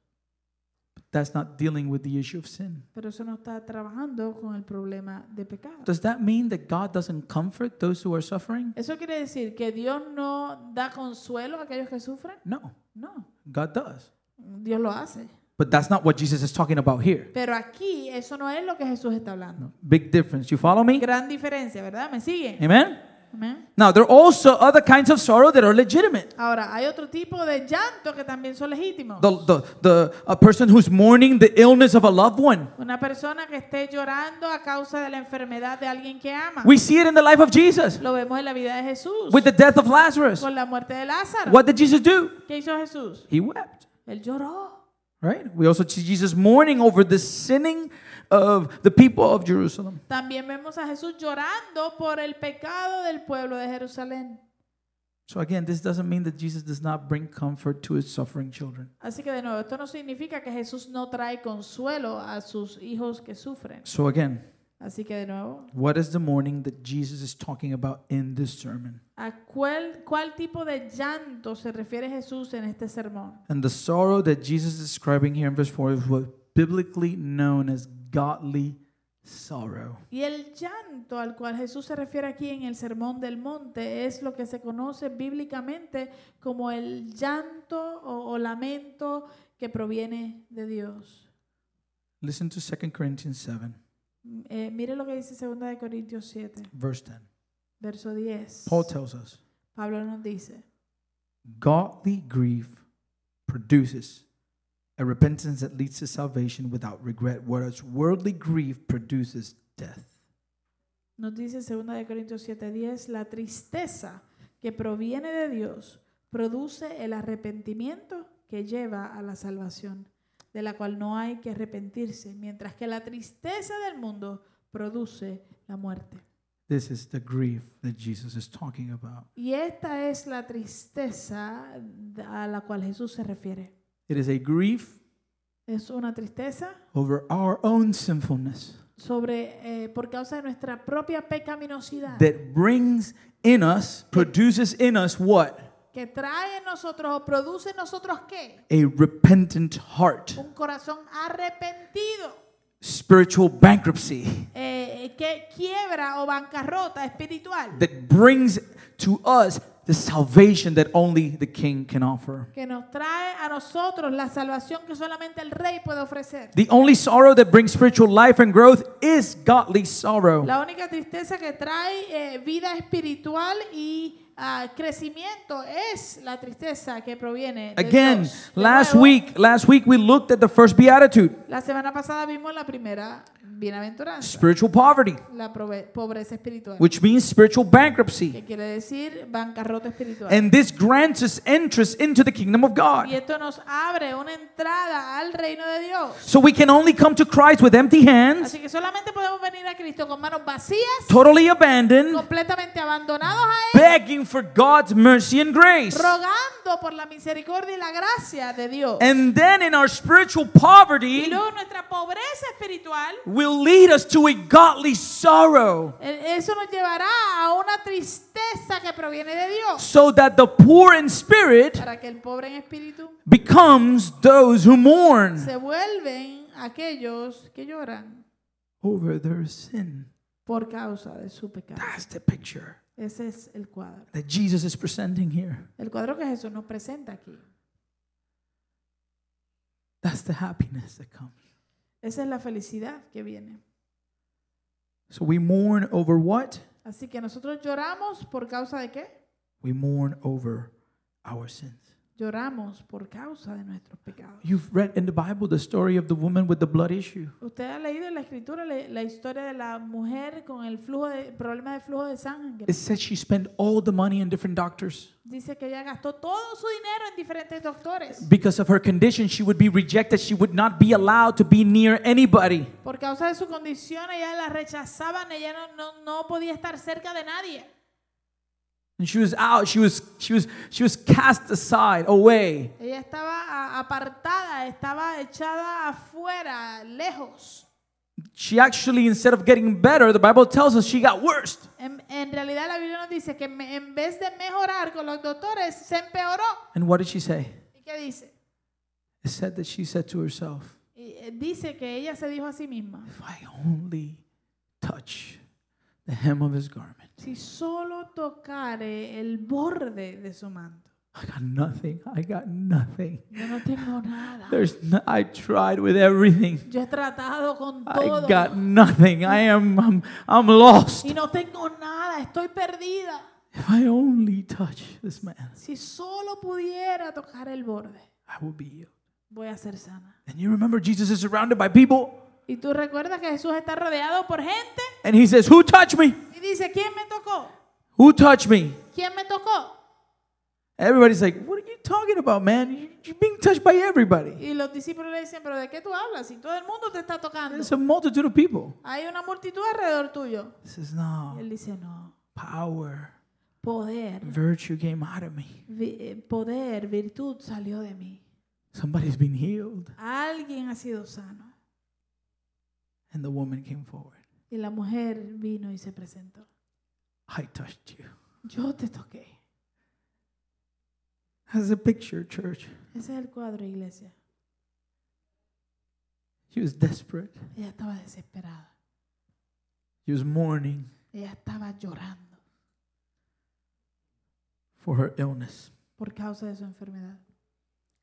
S1: But that's not dealing with the issue of sin.
S2: Pero eso no está trabajando con el problema de pecado.
S1: Does that mean that God doesn't comfort those who are suffering?
S2: ¿Eso quiere decir que Dios no da consuelo a aquellos que sufren?
S1: No,
S2: No,
S1: God does.
S2: Dios lo hace.
S1: But that's not what Jesus is talking about here.
S2: Pero aquí eso no es lo que Jesús está hablando.
S1: Big difference. You follow me?
S2: Gran diferencia, ¿verdad? ¿Me siguen?
S1: Amen?
S2: Amén.
S1: Now, there are also other kinds of sorrow that are legitimate.
S2: Ahora, hay otro tipo de llanto que también son legítimos.
S1: The, the, the a person who's mourning the illness of a loved one.
S2: Una persona que esté llorando a causa de la enfermedad de alguien que ama.
S1: We see it in the life of Jesus
S2: Lo vemos en la vida de Jesús.
S1: with the death of Lazarus.
S2: Con la muerte de Lázaro.
S1: What did Jesus do?
S2: ¿Qué hizo Jesús?
S1: He wept.
S2: Él lloró.
S1: Right? We also see Jesus mourning over the sinning of the people of Jerusalem.
S2: También vemos a Jesús llorando por el pecado del pueblo de Jerusalén.
S1: So again, this doesn't mean that Jesus does not bring comfort to his suffering children.
S2: Así que de nuevo, esto no significa que Jesús no trae consuelo a sus hijos que sufren.
S1: So again,
S2: Así que de nuevo,
S1: what is the mourning that Jesus is talking about in this sermon?
S2: ¿A cuál, cuál tipo de llanto se refiere Jesús en este sermón?
S1: And the sorrow that Jesus is describing here in verse 4 is what biblically known as godly sorrow.
S2: Y el llanto al cual Jesús se refiere aquí en el Sermón del Monte es lo que se conoce bíblicamente como el llanto o, o lamento que proviene de Dios.
S1: Listen to 2 Corinthians 7,
S2: Mm, eh, mire lo que dice 2 de Corintios 7,
S1: verse 10.
S2: verso 10.
S1: Paul tells us,
S2: Pablo nos dice,
S1: Godly grief produces a repentance that leads to salvation without regret, whereas worldly grief produces death.
S2: Nos dice 2 de Corintios 7:10, la tristeza que proviene de Dios produce el arrepentimiento que lleva a la salvación, de la cual no hay que arrepentirse, mientras que la tristeza del mundo produce la muerte.
S1: This is the grief that Jesus is talking about.
S2: Y esta es la tristeza a la cual Jesús se refiere.
S1: It is a grief
S2: Es una tristeza
S1: over our own sinfulness
S2: sobre eh, por causa de nuestra propia pecaminosidad
S1: that brings in us, produces in us what?
S2: que trae en nosotros o produce en nosotros qué?
S1: A repentant heart,
S2: un corazón arrepentido
S1: spiritual bankruptcy
S2: eh, que quiebra o bancarrota espiritual
S1: that brings to us the salvation that only the King can offer.
S2: que nos trae a nosotros la salvación que solamente el rey puede ofrecer.
S1: The only sorrow that brings spiritual life and growth is godly sorrow.
S2: La única tristeza que trae eh, vida espiritual y ah, crecimiento es la tristeza que proviene de
S1: Again,
S2: Dios. De
S1: last
S2: nuevo,
S1: week, last week we looked at the first beatitude,
S2: La semana pasada vimos la primera bienaventuranza,
S1: spiritual poverty,
S2: la prove- pobreza espiritual,
S1: which means spiritual bankruptcy.
S2: que quiere decir bancarrota espiritual.
S1: And this grants us entrance into the kingdom of
S2: y
S1: God.
S2: esto nos abre una entrada al reino de Dios.
S1: So we can only come to Christ with empty hands,
S2: Así que solamente podemos venir a Cristo con manos vacías,
S1: totally abandoned,
S2: completamente abandonados a Él,
S1: begging for God's mercy and grace.
S2: rogando por la misericordia y la gracia de Dios.
S1: And then in our spiritual
S2: Y
S1: poverty
S2: luego nuestra pobreza espiritual,
S1: will lead us to a godly sorrow.
S2: eh, eso nos llevará a una tristeza que proviene de Dios,
S1: so that the poor in spirit
S2: para que el pobre en espíritu
S1: becomes those who mourn
S2: se vuelven aquellos que lloran
S1: over their sin.
S2: por causa de su pecado.
S1: That's the picture
S2: Ese es el cuadro.
S1: that Jesus is presenting here.
S2: El cuadro que Jesús nos presenta aquí.
S1: That's the happiness that comes.
S2: Esa es la felicidad que viene.
S1: So we mourn over what?
S2: Así que nosotros lloramos por causa de qué?
S1: We mourn over our sins.
S2: Lloramos por causa de nuestros pecados.
S1: You've read in the Bible the story of the woman with the blood issue.
S2: Usted ha leído en la escritura le- la historia de la mujer con el flujo de, problema de flujo de sangre.
S1: It said she spent all the money on different doctors.
S2: Dice que ella gastó todo su dinero en diferentes doctores.
S1: Because of her condition, she would be rejected. She would not be allowed to be near anybody.
S2: Por causa de su condición, ella la rechazaban, ella no, no, no podía estar cerca de nadie.
S1: And she was out. She was she was she was cast aside, away.
S2: Ella estaba a- apartada, estaba echada afuera, lejos.
S1: She actually, instead of getting better, the Bible tells us she got worse.
S2: En, en realidad la Biblia nos dice que me- en vez de mejorar con los doctores, se empeoró.
S1: And what did she say?
S2: ¿Y qué dice?
S1: It said that she said to herself,
S2: Y, eh, Dice que ella se dijo a sí misma,
S1: If I only touch the hem of his garment,
S2: si solo tocare el borde de su manto,
S1: I got nothing. I got nothing.
S2: yo no tengo nada.
S1: There's no, I tried with everything.
S2: Yo he tratado con
S1: I
S2: todo.
S1: got nothing. I am I'm, I'm lost.
S2: y no tengo nada, estoy perdida.
S1: If I only touch this man,
S2: Si solo pudiera tocar el borde,
S1: I will be healed.
S2: voy a ser sana.
S1: And you remember Jesus is surrounded by people
S2: Y tú recuerdas que Jesús está rodeado por gente
S1: and he says, Who touched me?
S2: y dice, ¿quién me tocó?
S1: Who touched me?
S2: ¿Quién me tocó?
S1: Everybody's like, what are you talking about, man? You- You're being touched by everybody.
S2: Y los discípulos le dicen, pero ¿de qué tú hablas? Si todo el mundo te está tocando.
S1: There's a multitude of people.
S2: Hay una multitud alrededor tuyo.
S1: He says,
S2: Y
S1: no,
S2: él dice, no,
S1: power,
S2: poder,
S1: virtue came out of me.
S2: vi- eh, poder, virtud salió de mí.
S1: Somebody's been healed.
S2: Alguien ha sido sano.
S1: And the woman came forward.
S2: Y la mujer vino y se presentó.
S1: I touched you.
S2: Yo te toqué.
S1: That's a picture, church.
S2: Ese es el cuadro, iglesia.
S1: She was desperate.
S2: Ella estaba desesperada.
S1: She was mourning
S2: Ella estaba llorando
S1: for her illness.
S2: por causa de su enfermedad.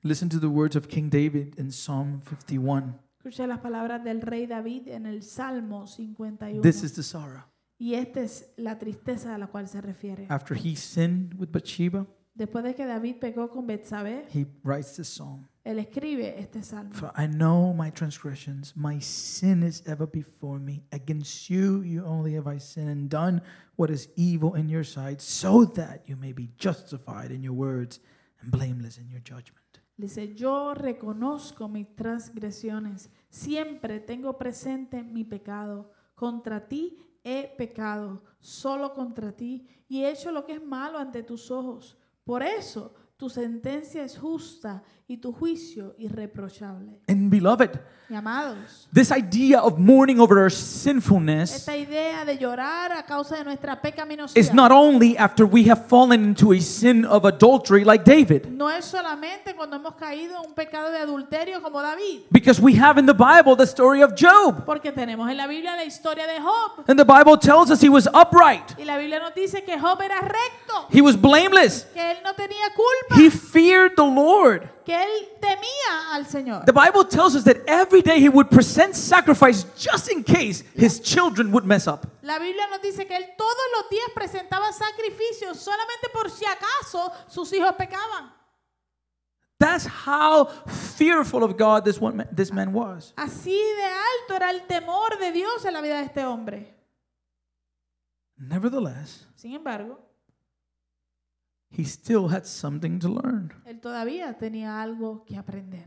S1: Listen to the words of King David in Psalm 51.
S2: Escuché las palabras del rey David en el Salmo 51.
S1: This is the sorrow.
S2: y esta es la tristeza a la cual se refiere.
S1: After he sinned with Bathsheba,
S2: Después de que David pecó con Betsabé,
S1: he writes this song.
S2: él escribe este salmo.
S1: For I know my transgressions, my sin is ever before me. Against you, you only have I sinned and done what is evil in your sight, so that you may be justified in your words and blameless in your judgment.
S2: Dice, yo reconozco mis transgresiones, siempre tengo presente mi pecado. Contra ti he pecado, solo contra ti, y he hecho lo que es malo ante tus ojos. Por eso Tu sentencia es justa y tu juicio irreprochable.
S1: And beloved,
S2: Y amados,
S1: this idea of mourning over our sinfulness
S2: esta idea de llorar a causa de nuestra
S1: is
S2: pecaminosidad
S1: not only after we have fallen into a sin of adultery like David.
S2: no es solamente cuando hemos caído en un pecado de adulterio como David,
S1: Because we have in the Bible the story of Job.
S2: porque tenemos en la Biblia la historia de Job
S1: And the Bible tells us he was upright,
S2: y la Biblia nos dice que Job era recto,
S1: he was blameless,
S2: que él no tenía culpa,
S1: he feared the Lord.
S2: que él temía al Señor.
S1: The Bible tells us that every day he would present sacrifice just in case his children would mess up.
S2: La Biblia nos dice que él todos los días presentaba sacrificios solamente por si acaso sus hijos pecaban.
S1: That's how fearful of God this, one, ma- this man was.
S2: Así de alto era el temor de Dios en la vida de este hombre.
S1: Nevertheless,
S2: Sin embargo,
S1: he still had something to learn.
S2: él todavía tenía algo que aprender.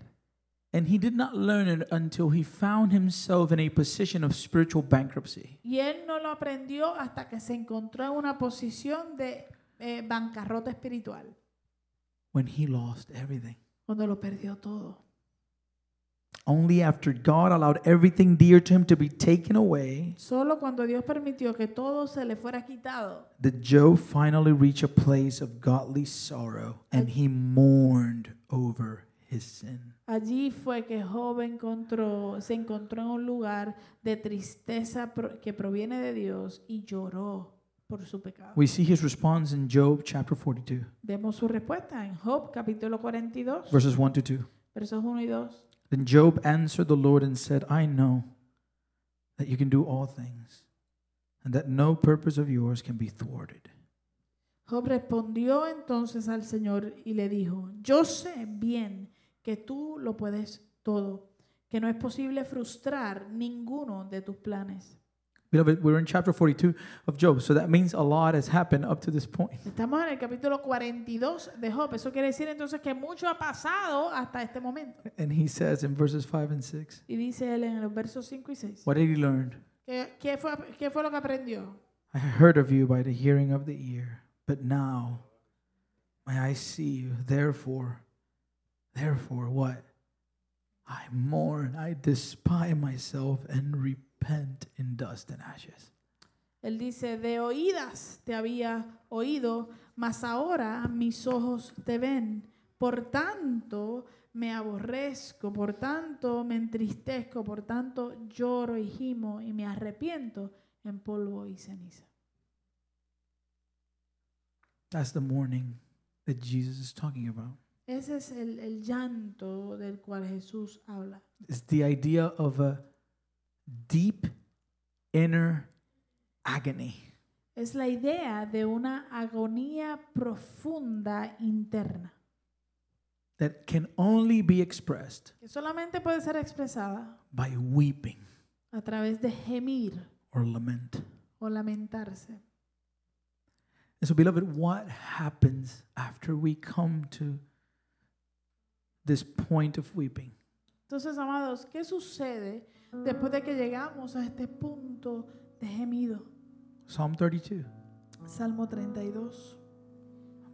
S1: And he did not learn it until he found himself in a position of spiritual bankruptcy.
S2: Y él no lo aprendió hasta que se encontró en una posición de eh, bancarrota espiritual,
S1: when he lost everything.
S2: cuando lo perdió todo.
S1: Only after God allowed everything dear to him to be taken away
S2: Solo cuando Dios permitió que todo se le fuera quitado,
S1: did Job finally reach a place of godly sorrow and he mourned over his sin.
S2: allí fue que Job encontró, se encontró en un lugar de tristeza pro- que proviene de Dios y lloró por su pecado.
S1: We see his response in Job chapter 42,
S2: Vemos su respuesta en Job capítulo 42,
S1: verses 1 to 2.
S2: versos 1 y 2.
S1: Then Job answered the Lord and said, I know that you can do all things and that no purpose of yours can be thwarted.
S2: Job respondió entonces al Señor y le dijo, yo sé bien que tú lo puedes todo, que no es posible frustrar ninguno de tus planes.
S1: Beloved, we're in chapter 42 of Job, so that means a lot has happened up to this point.
S2: Estamos en el capítulo 42 de Job, eso quiere decir entonces que mucho ha pasado hasta este momento.
S1: And he says in verses 5 and 6,
S2: Y dice él en los versos 5 y 6,
S1: What did he learn?
S2: ¿qué, qué fue, qué fue lo que aprendió?
S1: I heard of you by the hearing of the ear, but now my eyes see you. Therefore, therefore, what? I mourn, I despise myself, and repent in dust and ashes.
S2: Él dice, de oídas te había oído, mas ahora mis ojos te ven. Por tanto me aborrezco, por tanto me entristezco, por tanto lloro y gimo y me arrepiento en polvo y ceniza.
S1: That's the mourning that Jesus is talking about.
S2: Ese es el, el llanto del cual Jesús habla.
S1: It's the idea of a deep inner agony.
S2: Es la idea de una agonía profunda interna,
S1: that can only be expressed
S2: que solamente puede ser expresada
S1: by weeping
S2: a través de gemir
S1: or lament.
S2: o lamentarse.
S1: And so, beloved, what happens after we come to this point of weeping?
S2: Entonces, amados, ¿qué sucede después de que llegamos a este punto de gemido?
S1: Psalm 32
S2: Salmo 32.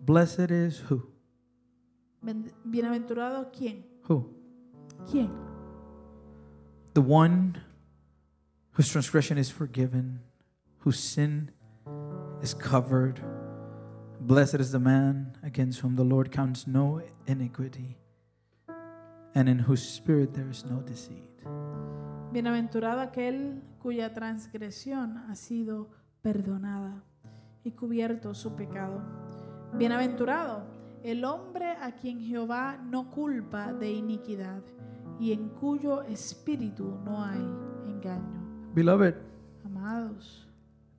S1: Blessed is who?
S2: Ben- Bienaventurado, ¿quién?
S1: Who?
S2: ¿Quién?
S1: The one whose transgression is forgiven, whose sin is covered. Blessed is the man against whom the Lord counts no iniquity, and in whose spirit there is no deceit.
S2: Bienaventurado aquel cuya transgresión ha sido perdonada y cubierto su pecado. Bienaventurado el hombre a quien Jehová no culpa de iniquidad y en cuyo espíritu no hay engaño.
S1: Beloved,
S2: Amados,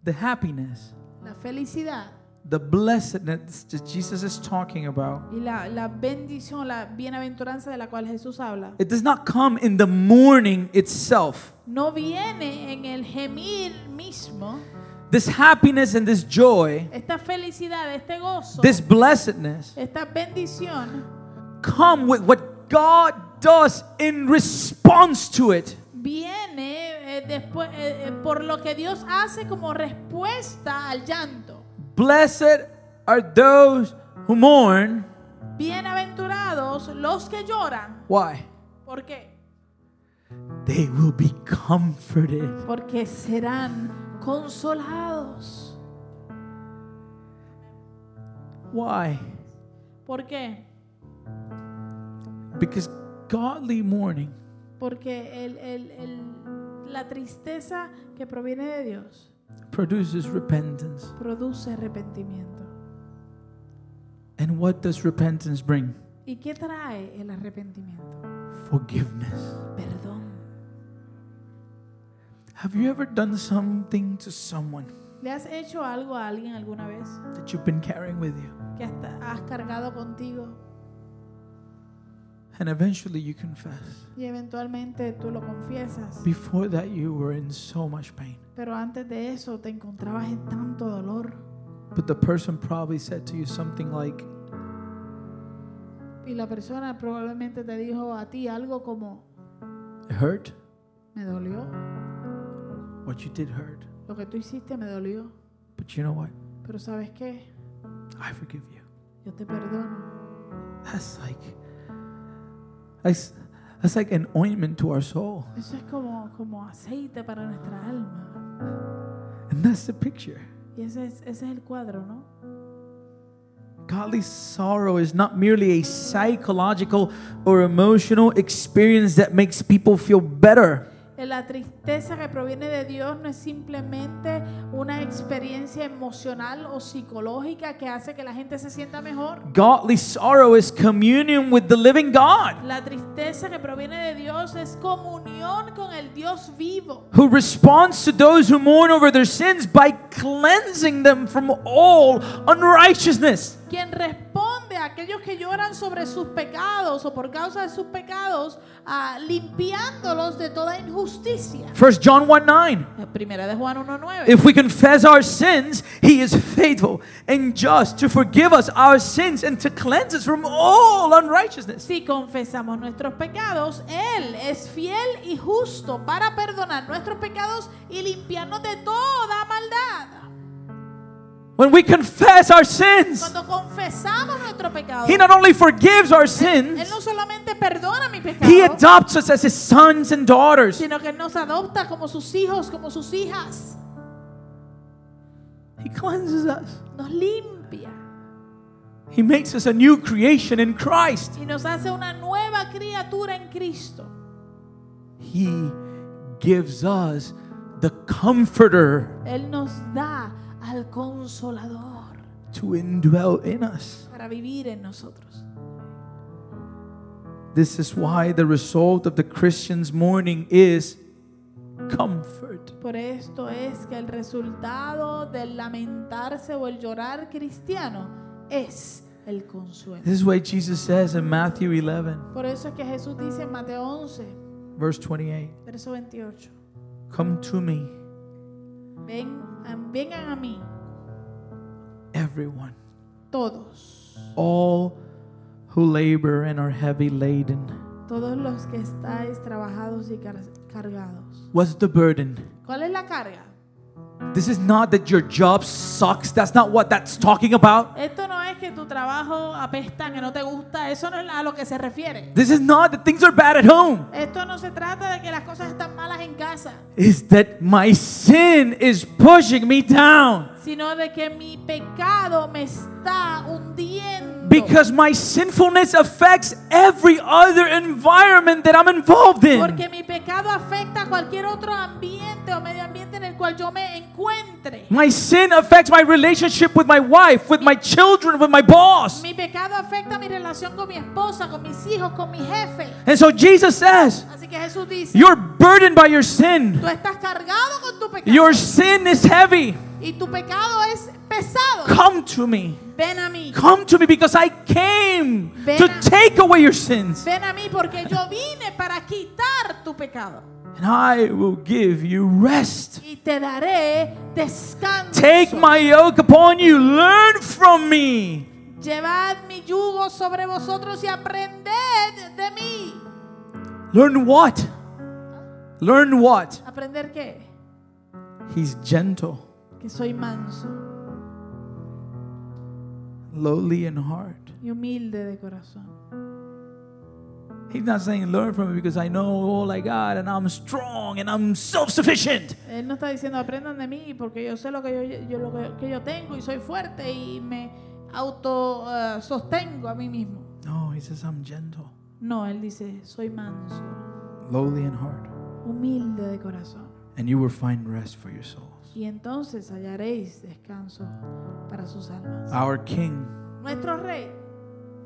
S1: the happiness,
S2: la felicidad
S1: the blessedness that Jesus is talking about,
S2: Y la, la bendición, la bienaventuranza de la cual Jesús habla,
S1: it does not come in the mourning itself.
S2: no viene en el gemir mismo.
S1: This happiness and this joy,
S2: Esta felicidad, este gozo,
S1: this blessedness,
S2: esta bendición
S1: come with what God does in response to it.
S2: viene eh, después eh, eh, por lo que Dios hace como respuesta al llanto.
S1: Blessed are those who mourn,
S2: Bienaventurados los que lloran.
S1: Why?
S2: ¿Por qué?
S1: They will be comforted.
S2: Porque serán consolados.
S1: Why?
S2: ¿Por qué?
S1: Because godly mourning
S2: Porque el- el- el- la tristeza que proviene de Dios
S1: produces repentance.
S2: produce arrepentimiento.
S1: And what does repentance bring?
S2: ¿Y qué trae el arrepentimiento?
S1: Forgiveness.
S2: Perdón.
S1: Have you ever done something to someone
S2: ¿Le has hecho algo a alguien alguna vez
S1: that you've been carrying with you?
S2: que hasta has cargado contigo
S1: And eventually you confess.
S2: y eventualmente tú lo confiesas?
S1: Before that, you were in so much pain.
S2: Pero antes de eso te encontrabas en tanto dolor
S1: But the person probably said to you something like,
S2: y la persona probablemente te dijo a ti algo como,
S1: It hurt?
S2: me dolió,
S1: What you did hurt.
S2: lo que tú hiciste me dolió,
S1: But you know what?
S2: pero sabes qué,
S1: I forgive you.
S2: yo te perdono.
S1: That's like that's, that's like an ointment to our soul.
S2: Eso es como, como aceite para nuestra alma.
S1: And that's the picture.
S2: Y ese es, ese es el cuadro, ¿no?
S1: Godly sorrow is not merely a psychological or emotional experience that makes people feel better.
S2: La tristeza que proviene de Dios no es simplemente una experiencia emocional o psicológica que hace que la gente se sienta mejor.
S1: Godly sorrow is communion with the living God
S2: La tristeza que proviene de Dios es comunión con el Dios vivo,
S1: who responds to those who mourn over their sins by cleansing them from all unrighteousness.
S2: quien responde a aquellos que lloran sobre sus pecados o por causa de sus pecados, ah, limpiándolos de toda injusticia.
S1: 1 John 1 9.
S2: Primera de Juan 1.9.
S1: If we confess our sins, he is faithful and just to forgive us our sins and to cleanse us from all unrighteousness.
S2: Si confesamos nuestros pecados, Él es fiel y justo para perdonar nuestros pecados y limpiarnos de toda maldad.
S1: When we confess our sins,
S2: Cuando confesamos nuestros pecados,
S1: he not only forgives our
S2: Él
S1: sins,
S2: no solamente perdona mi pecado,
S1: he adopts us as his sons and daughters.
S2: sino que nos adopta como sus hijos, como sus hijas.
S1: He cleanses us.
S2: Nos limpia
S1: He makes us a new creation in Christ.
S2: y nos hace una nueva criatura en Cristo.
S1: He gives us the comforter
S2: Él nos da al consolador
S1: to indwell in us.
S2: para vivir en nosotros.
S1: This is why the result of the Christian's mourning is comfort.
S2: Por esto es que el resultado del lamentarse o el llorar cristiano es el consuelo.
S1: This is why Jesus says in Matthew 11,
S2: Por eso es que Jesús dice en Mateo 11,
S1: verse 28,
S2: verso 28,
S1: Come to me,
S2: Ven, a- vengan a mí
S1: everyone,
S2: todos,
S1: all who labor and are heavy laden.
S2: todos los que estáis trabajados y car- cargados.
S1: What's the burden?
S2: ¿Cuál es la carga?
S1: This is not that your job sucks. That's not what that's talking about.
S2: Esto no es que tu trabajo apesta, que no te gusta, eso no es a lo que se refiere.
S1: This is not that things are bad at home.
S2: Esto no se trata de que las cosas están malas en casa,
S1: It's that my sin is pushing me down.
S2: sino de que mi pecado me está hundiendo.
S1: Because my sinfulness affects every other environment that I'm involved in.
S2: porque mi pecado afecta a cualquier otro ambiente o medio ambiente en el cual yo me encuentre.
S1: My sin affects my relationship with my wife, with my children, with my boss.
S2: Mi pecado afecta mi relación con mi esposa, con mis hijos, con mi jefe.
S1: And so Jesus says,
S2: Así que Jesús dice,
S1: You're burdened by your sin.
S2: tú estás cargado con tu pecado
S1: Your sin is heavy.
S2: y tu pecado es pesado.
S1: Come to me.
S2: Ven a mí.
S1: Come to me because I came to take away your sins.
S2: Ven a mí porque yo vine para quitar tu pecado
S1: And I will give you rest.
S2: y te daré descanso.
S1: Take my yoke upon you. Learn from me.
S2: Llevad mi yugo sobre vosotros y aprended de mí.
S1: Learn what? Learn what?
S2: ¿Aprender qué?
S1: He's gentle,
S2: Que soy manso,
S1: lowly in heart.
S2: y humilde de corazón.
S1: He's not saying learn from me because I know all I got and I'm strong and I'm self sufficient.
S2: Él no está diciendo aprendan de mí porque yo sé lo que yo, yo- lo que, que yo tengo y soy fuerte y me auto eh, sostengo a mí mismo.
S1: No, he says, I'm gentle,
S2: No, él dice, soy manso,
S1: lowly in heart,
S2: humilde de corazón.
S1: and you will find rest for your souls.
S2: Y entonces hallaréis descanso para sus almas.
S1: Our King
S2: Nuestro rey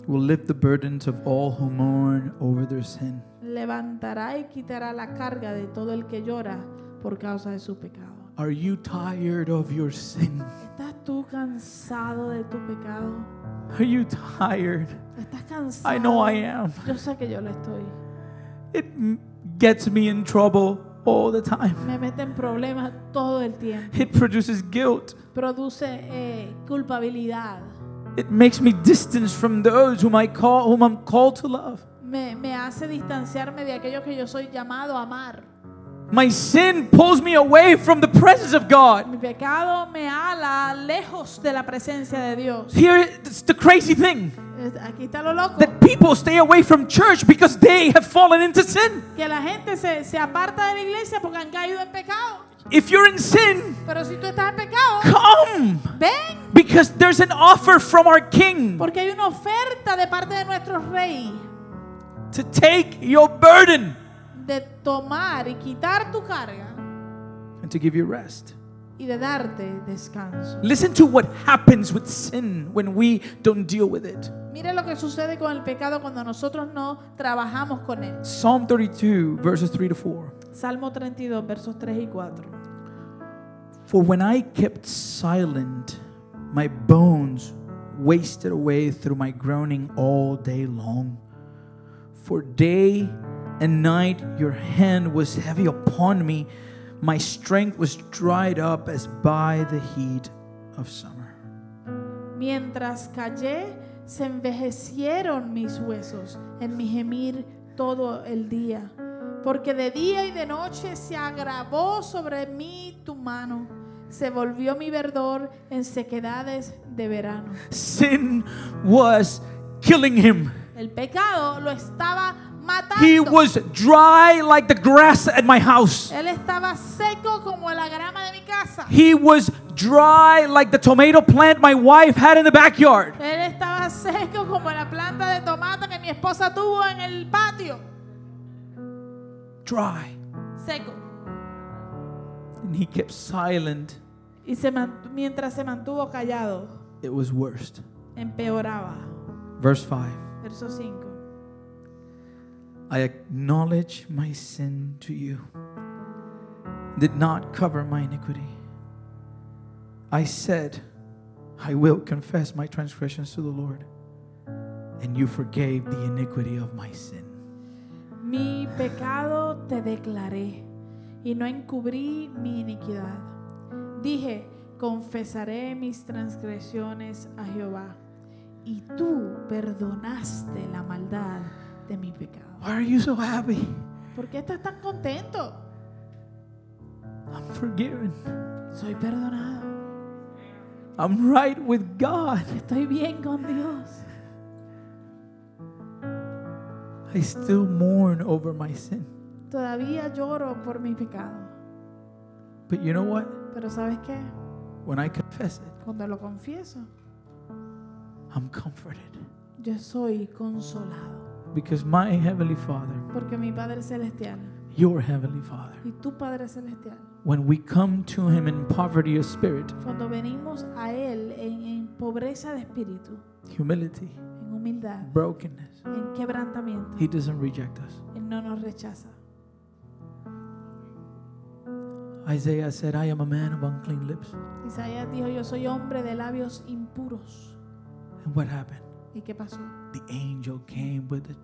S1: will lift the burdens of all who mourn over their sin.
S2: levantará y quitará la carga de todo el que llora por causa de su pecado.
S1: Are you tired of your sin?
S2: ¿Estás tú cansado de tu pecado?
S1: Are you tired?
S2: ¿Estás cansado?
S1: I know I am.
S2: Yo sé que yo lo estoy.
S1: It m- gets me in trouble all the time.
S2: Me mete en problemas todo el tiempo.
S1: It produces guilt.
S2: Produce eh, culpabilidad.
S1: It makes me distance from those whom I call whom I'm called to love.
S2: Me, me hace distanciarme de aquellos que yo soy llamado a amar.
S1: My sin pulls me away from the presence of God.
S2: Mi pecado me ala lejos de la presencia de Dios.
S1: Here it's the crazy thing
S2: Es- Aquí está lo loco.
S1: that people stay away from church because they have fallen into sin.
S2: Que la gente se, se aparta de la iglesia porque han caído en pecado.
S1: If you're in sin,
S2: Pero si tú estás en pecado,
S1: come
S2: ven.
S1: because there's an offer from our King
S2: Porque hay una oferta de parte de nuestro rey
S1: to take your burden
S2: de tomar y quitar tu carga
S1: and to give you rest.
S2: y de darte descanso.
S1: Listen to what happens with sin when we don't deal with it.
S2: Mire lo que sucede con el pecado cuando nosotros no trabajamos con él.
S1: Psalm 32, verses 3 to 4.
S2: Salmo 32, versos 3 y 4.
S1: For when I kept silent, my bones wasted away through my groaning all day long. For day and night your hand was heavy upon me, my strength was dried up as by the heat of summer.
S2: Mientras callé, se envejecieron mis huesos en mi gemir todo el día, porque de día y de noche se agravó sobre mí tu mano, se volvió mi verdor en sequedades de verano.
S1: Sin was killing him.
S2: El pecado lo estaba
S1: He
S2: matando.
S1: was dry like the grass at my house.
S2: Él estaba seco como la grama de mi casa.
S1: He was dry like the tomato plant my wife had in the backyard.
S2: Él estaba seco como la planta de tomate que mi esposa tuvo en el patio.
S1: Dry.
S2: Seco.
S1: and he kept silent,
S2: Y se man- mientras se mantuvo callado,
S1: it was worst.
S2: empeoraba.
S1: Verse 5
S2: Verso 5.
S1: I acknowledge my sin to you, did not cover my iniquity. I said, I will confess my transgressions to the Lord, and you forgave the iniquity of my sin.
S2: Mi pecado te declaré y no encubrí mi iniquidad. Dije, confesaré mis transgresiones a Jehová y tú perdonaste la maldad de mi pecado.
S1: Why are you so happy?
S2: ¿Por qué estás tan contento?
S1: I'm forgiven.
S2: Soy perdonado.
S1: I'm right with God.
S2: Estoy bien con Dios.
S1: I still mourn over my sin.
S2: Todavía lloro por mi pecado.
S1: But you know what?
S2: Pero ¿sabes qué?
S1: When I confess it,
S2: Cuando lo confieso,
S1: I'm comforted.
S2: yo soy consolado.
S1: Because my Heavenly Father,
S2: Porque mi Padre Celestial
S1: your Heavenly Father,
S2: y tu Padre Celestial,
S1: when we come to Him in poverty of spirit,
S2: cuando venimos a Él en, en pobreza de espíritu,
S1: humility,
S2: en humildad,
S1: brokenness,
S2: en quebrantamiento,
S1: He doesn't reject us.
S2: Él no nos rechaza.
S1: Isaiah said, I am a man of unclean lips.
S2: Isaías dijo, yo soy hombre de labios impuros.
S1: And what happened?
S2: ¿Y qué pasó?
S1: The angel came with the,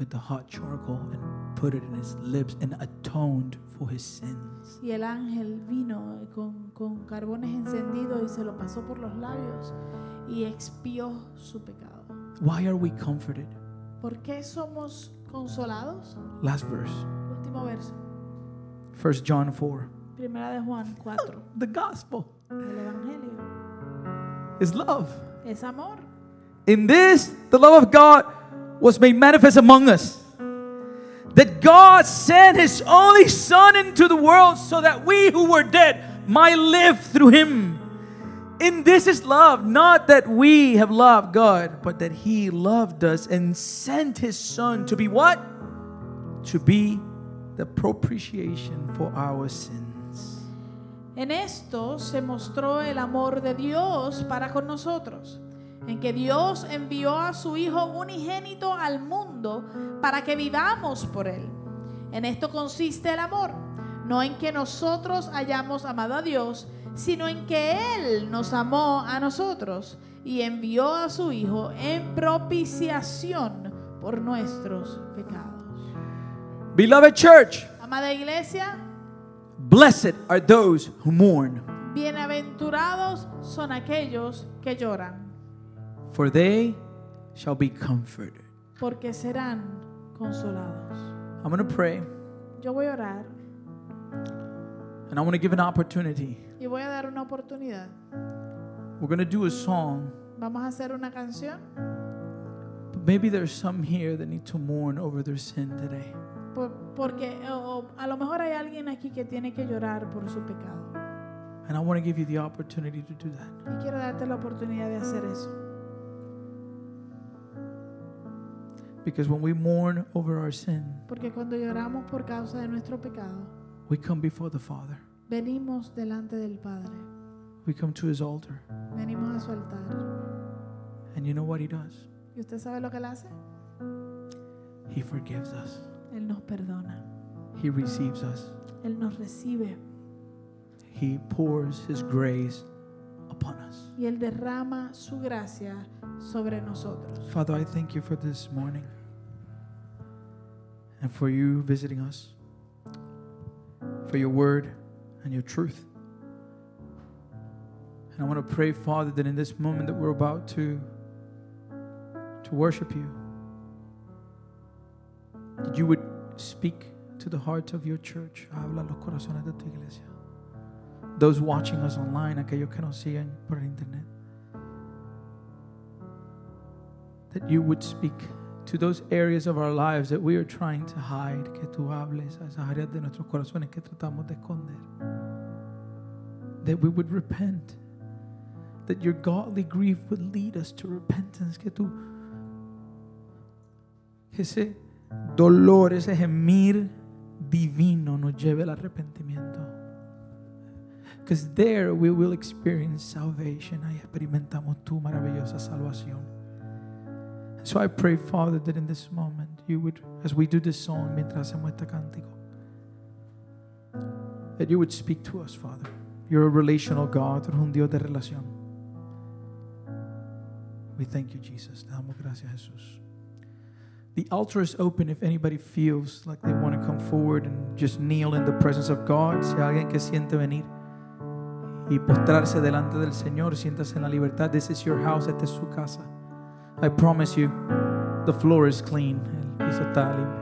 S1: with the hot charcoal and put it in his lips and atoned for his sins.
S2: Y el ángel vino con, con carbones encendidos y se lo pasó por los labios y expió su pecado.
S1: Why are we comforted?
S2: ¿Por qué somos consolados?
S1: Last verse,
S2: Último verso,
S1: 1 John 4.
S2: primera de Juan 4,
S1: The gospel
S2: el Evangelio.
S1: is love.
S2: Es amor.
S1: In this, the love of God was made manifest among us. That God sent His only Son into the world so that we who were dead might live through Him. In this is love, not that we have loved God, but that He loved us and sent His Son to be what? To be the propitiation for our sins.
S2: En esto se mostró el amor de Dios para con nosotros, en que Dios envió a su Hijo unigénito al mundo para que vivamos por Él. En esto consiste el amor, no en que nosotros hayamos amado a Dios, sino en que Él nos amó a nosotros y envió a su Hijo en propiciación por nuestros pecados.
S1: Beloved church,
S2: Amada iglesia,
S1: blessed are those who mourn,
S2: bienaventurados son aquellos que lloran,
S1: for they shall be comforted.
S2: porque serán consolados.
S1: I'm going to pray
S2: Yo voy a orar
S1: and I want to give an opportunity.
S2: y voy a dar una oportunidad.
S1: We're going to do a song,
S2: Vamos a hacer una canción.
S1: but maybe there's some here that need to mourn over their sin today.
S2: por- porque o- o a lo mejor hay alguien aquí que tiene que llorar por su pecado.
S1: And I want to give you the opportunity to do that.
S2: Y quiero darte la oportunidad de hacer eso.
S1: Because when we mourn over our sin,
S2: Porque cuando lloramos por causa de nuestro pecado,
S1: we come before the Father,
S2: venimos delante del Padre.
S1: we come to His altar.
S2: Venimos a su altar.
S1: And you know what He does?
S2: ¿Y usted sabe lo que Él hace?
S1: He forgives us,
S2: Él nos perdona.
S1: He receives us,
S2: Él nos recibe.
S1: He pours His grace upon us.
S2: Y Él derrama su gracia sobre nosotros.
S1: Father, I thank you for this morning and for you visiting us, for your word and your truth. And I want to pray, Father, that in this moment that we're about to to worship you, that you would speak to the hearts of your church. Habla a los corazones de tu iglesia. Those watching us online, aquellos que nos siguen por el internet that you would speak to those areas of our lives that we are trying to hide, que tú hables a esas áreas de nuestros corazones que tratamos de esconder. That we would repent. That your godly grief would lead us to repentance, que tú que ese dolor, ese gemir divino nos lleve al arrepentimiento. Because there we will experience salvation. Ahí experimentamos tu maravillosa salvación. So I pray, Father, that in this moment you would, as we do this song, mientras hacemos este cántico, that you would speak to us, Father. You're a relational God, tú eres un Dios de relación. We thank you, Jesus. Te damos gracias, Jesús. The altar is open if anybody feels like they want to come forward and just kneel in the presence of God. Si hay alguien que siente venir y postrarse delante del Señor, siéntase en la libertad. This is your house, esta es su casa. I promise you, the floor is clean. El piso está limpio.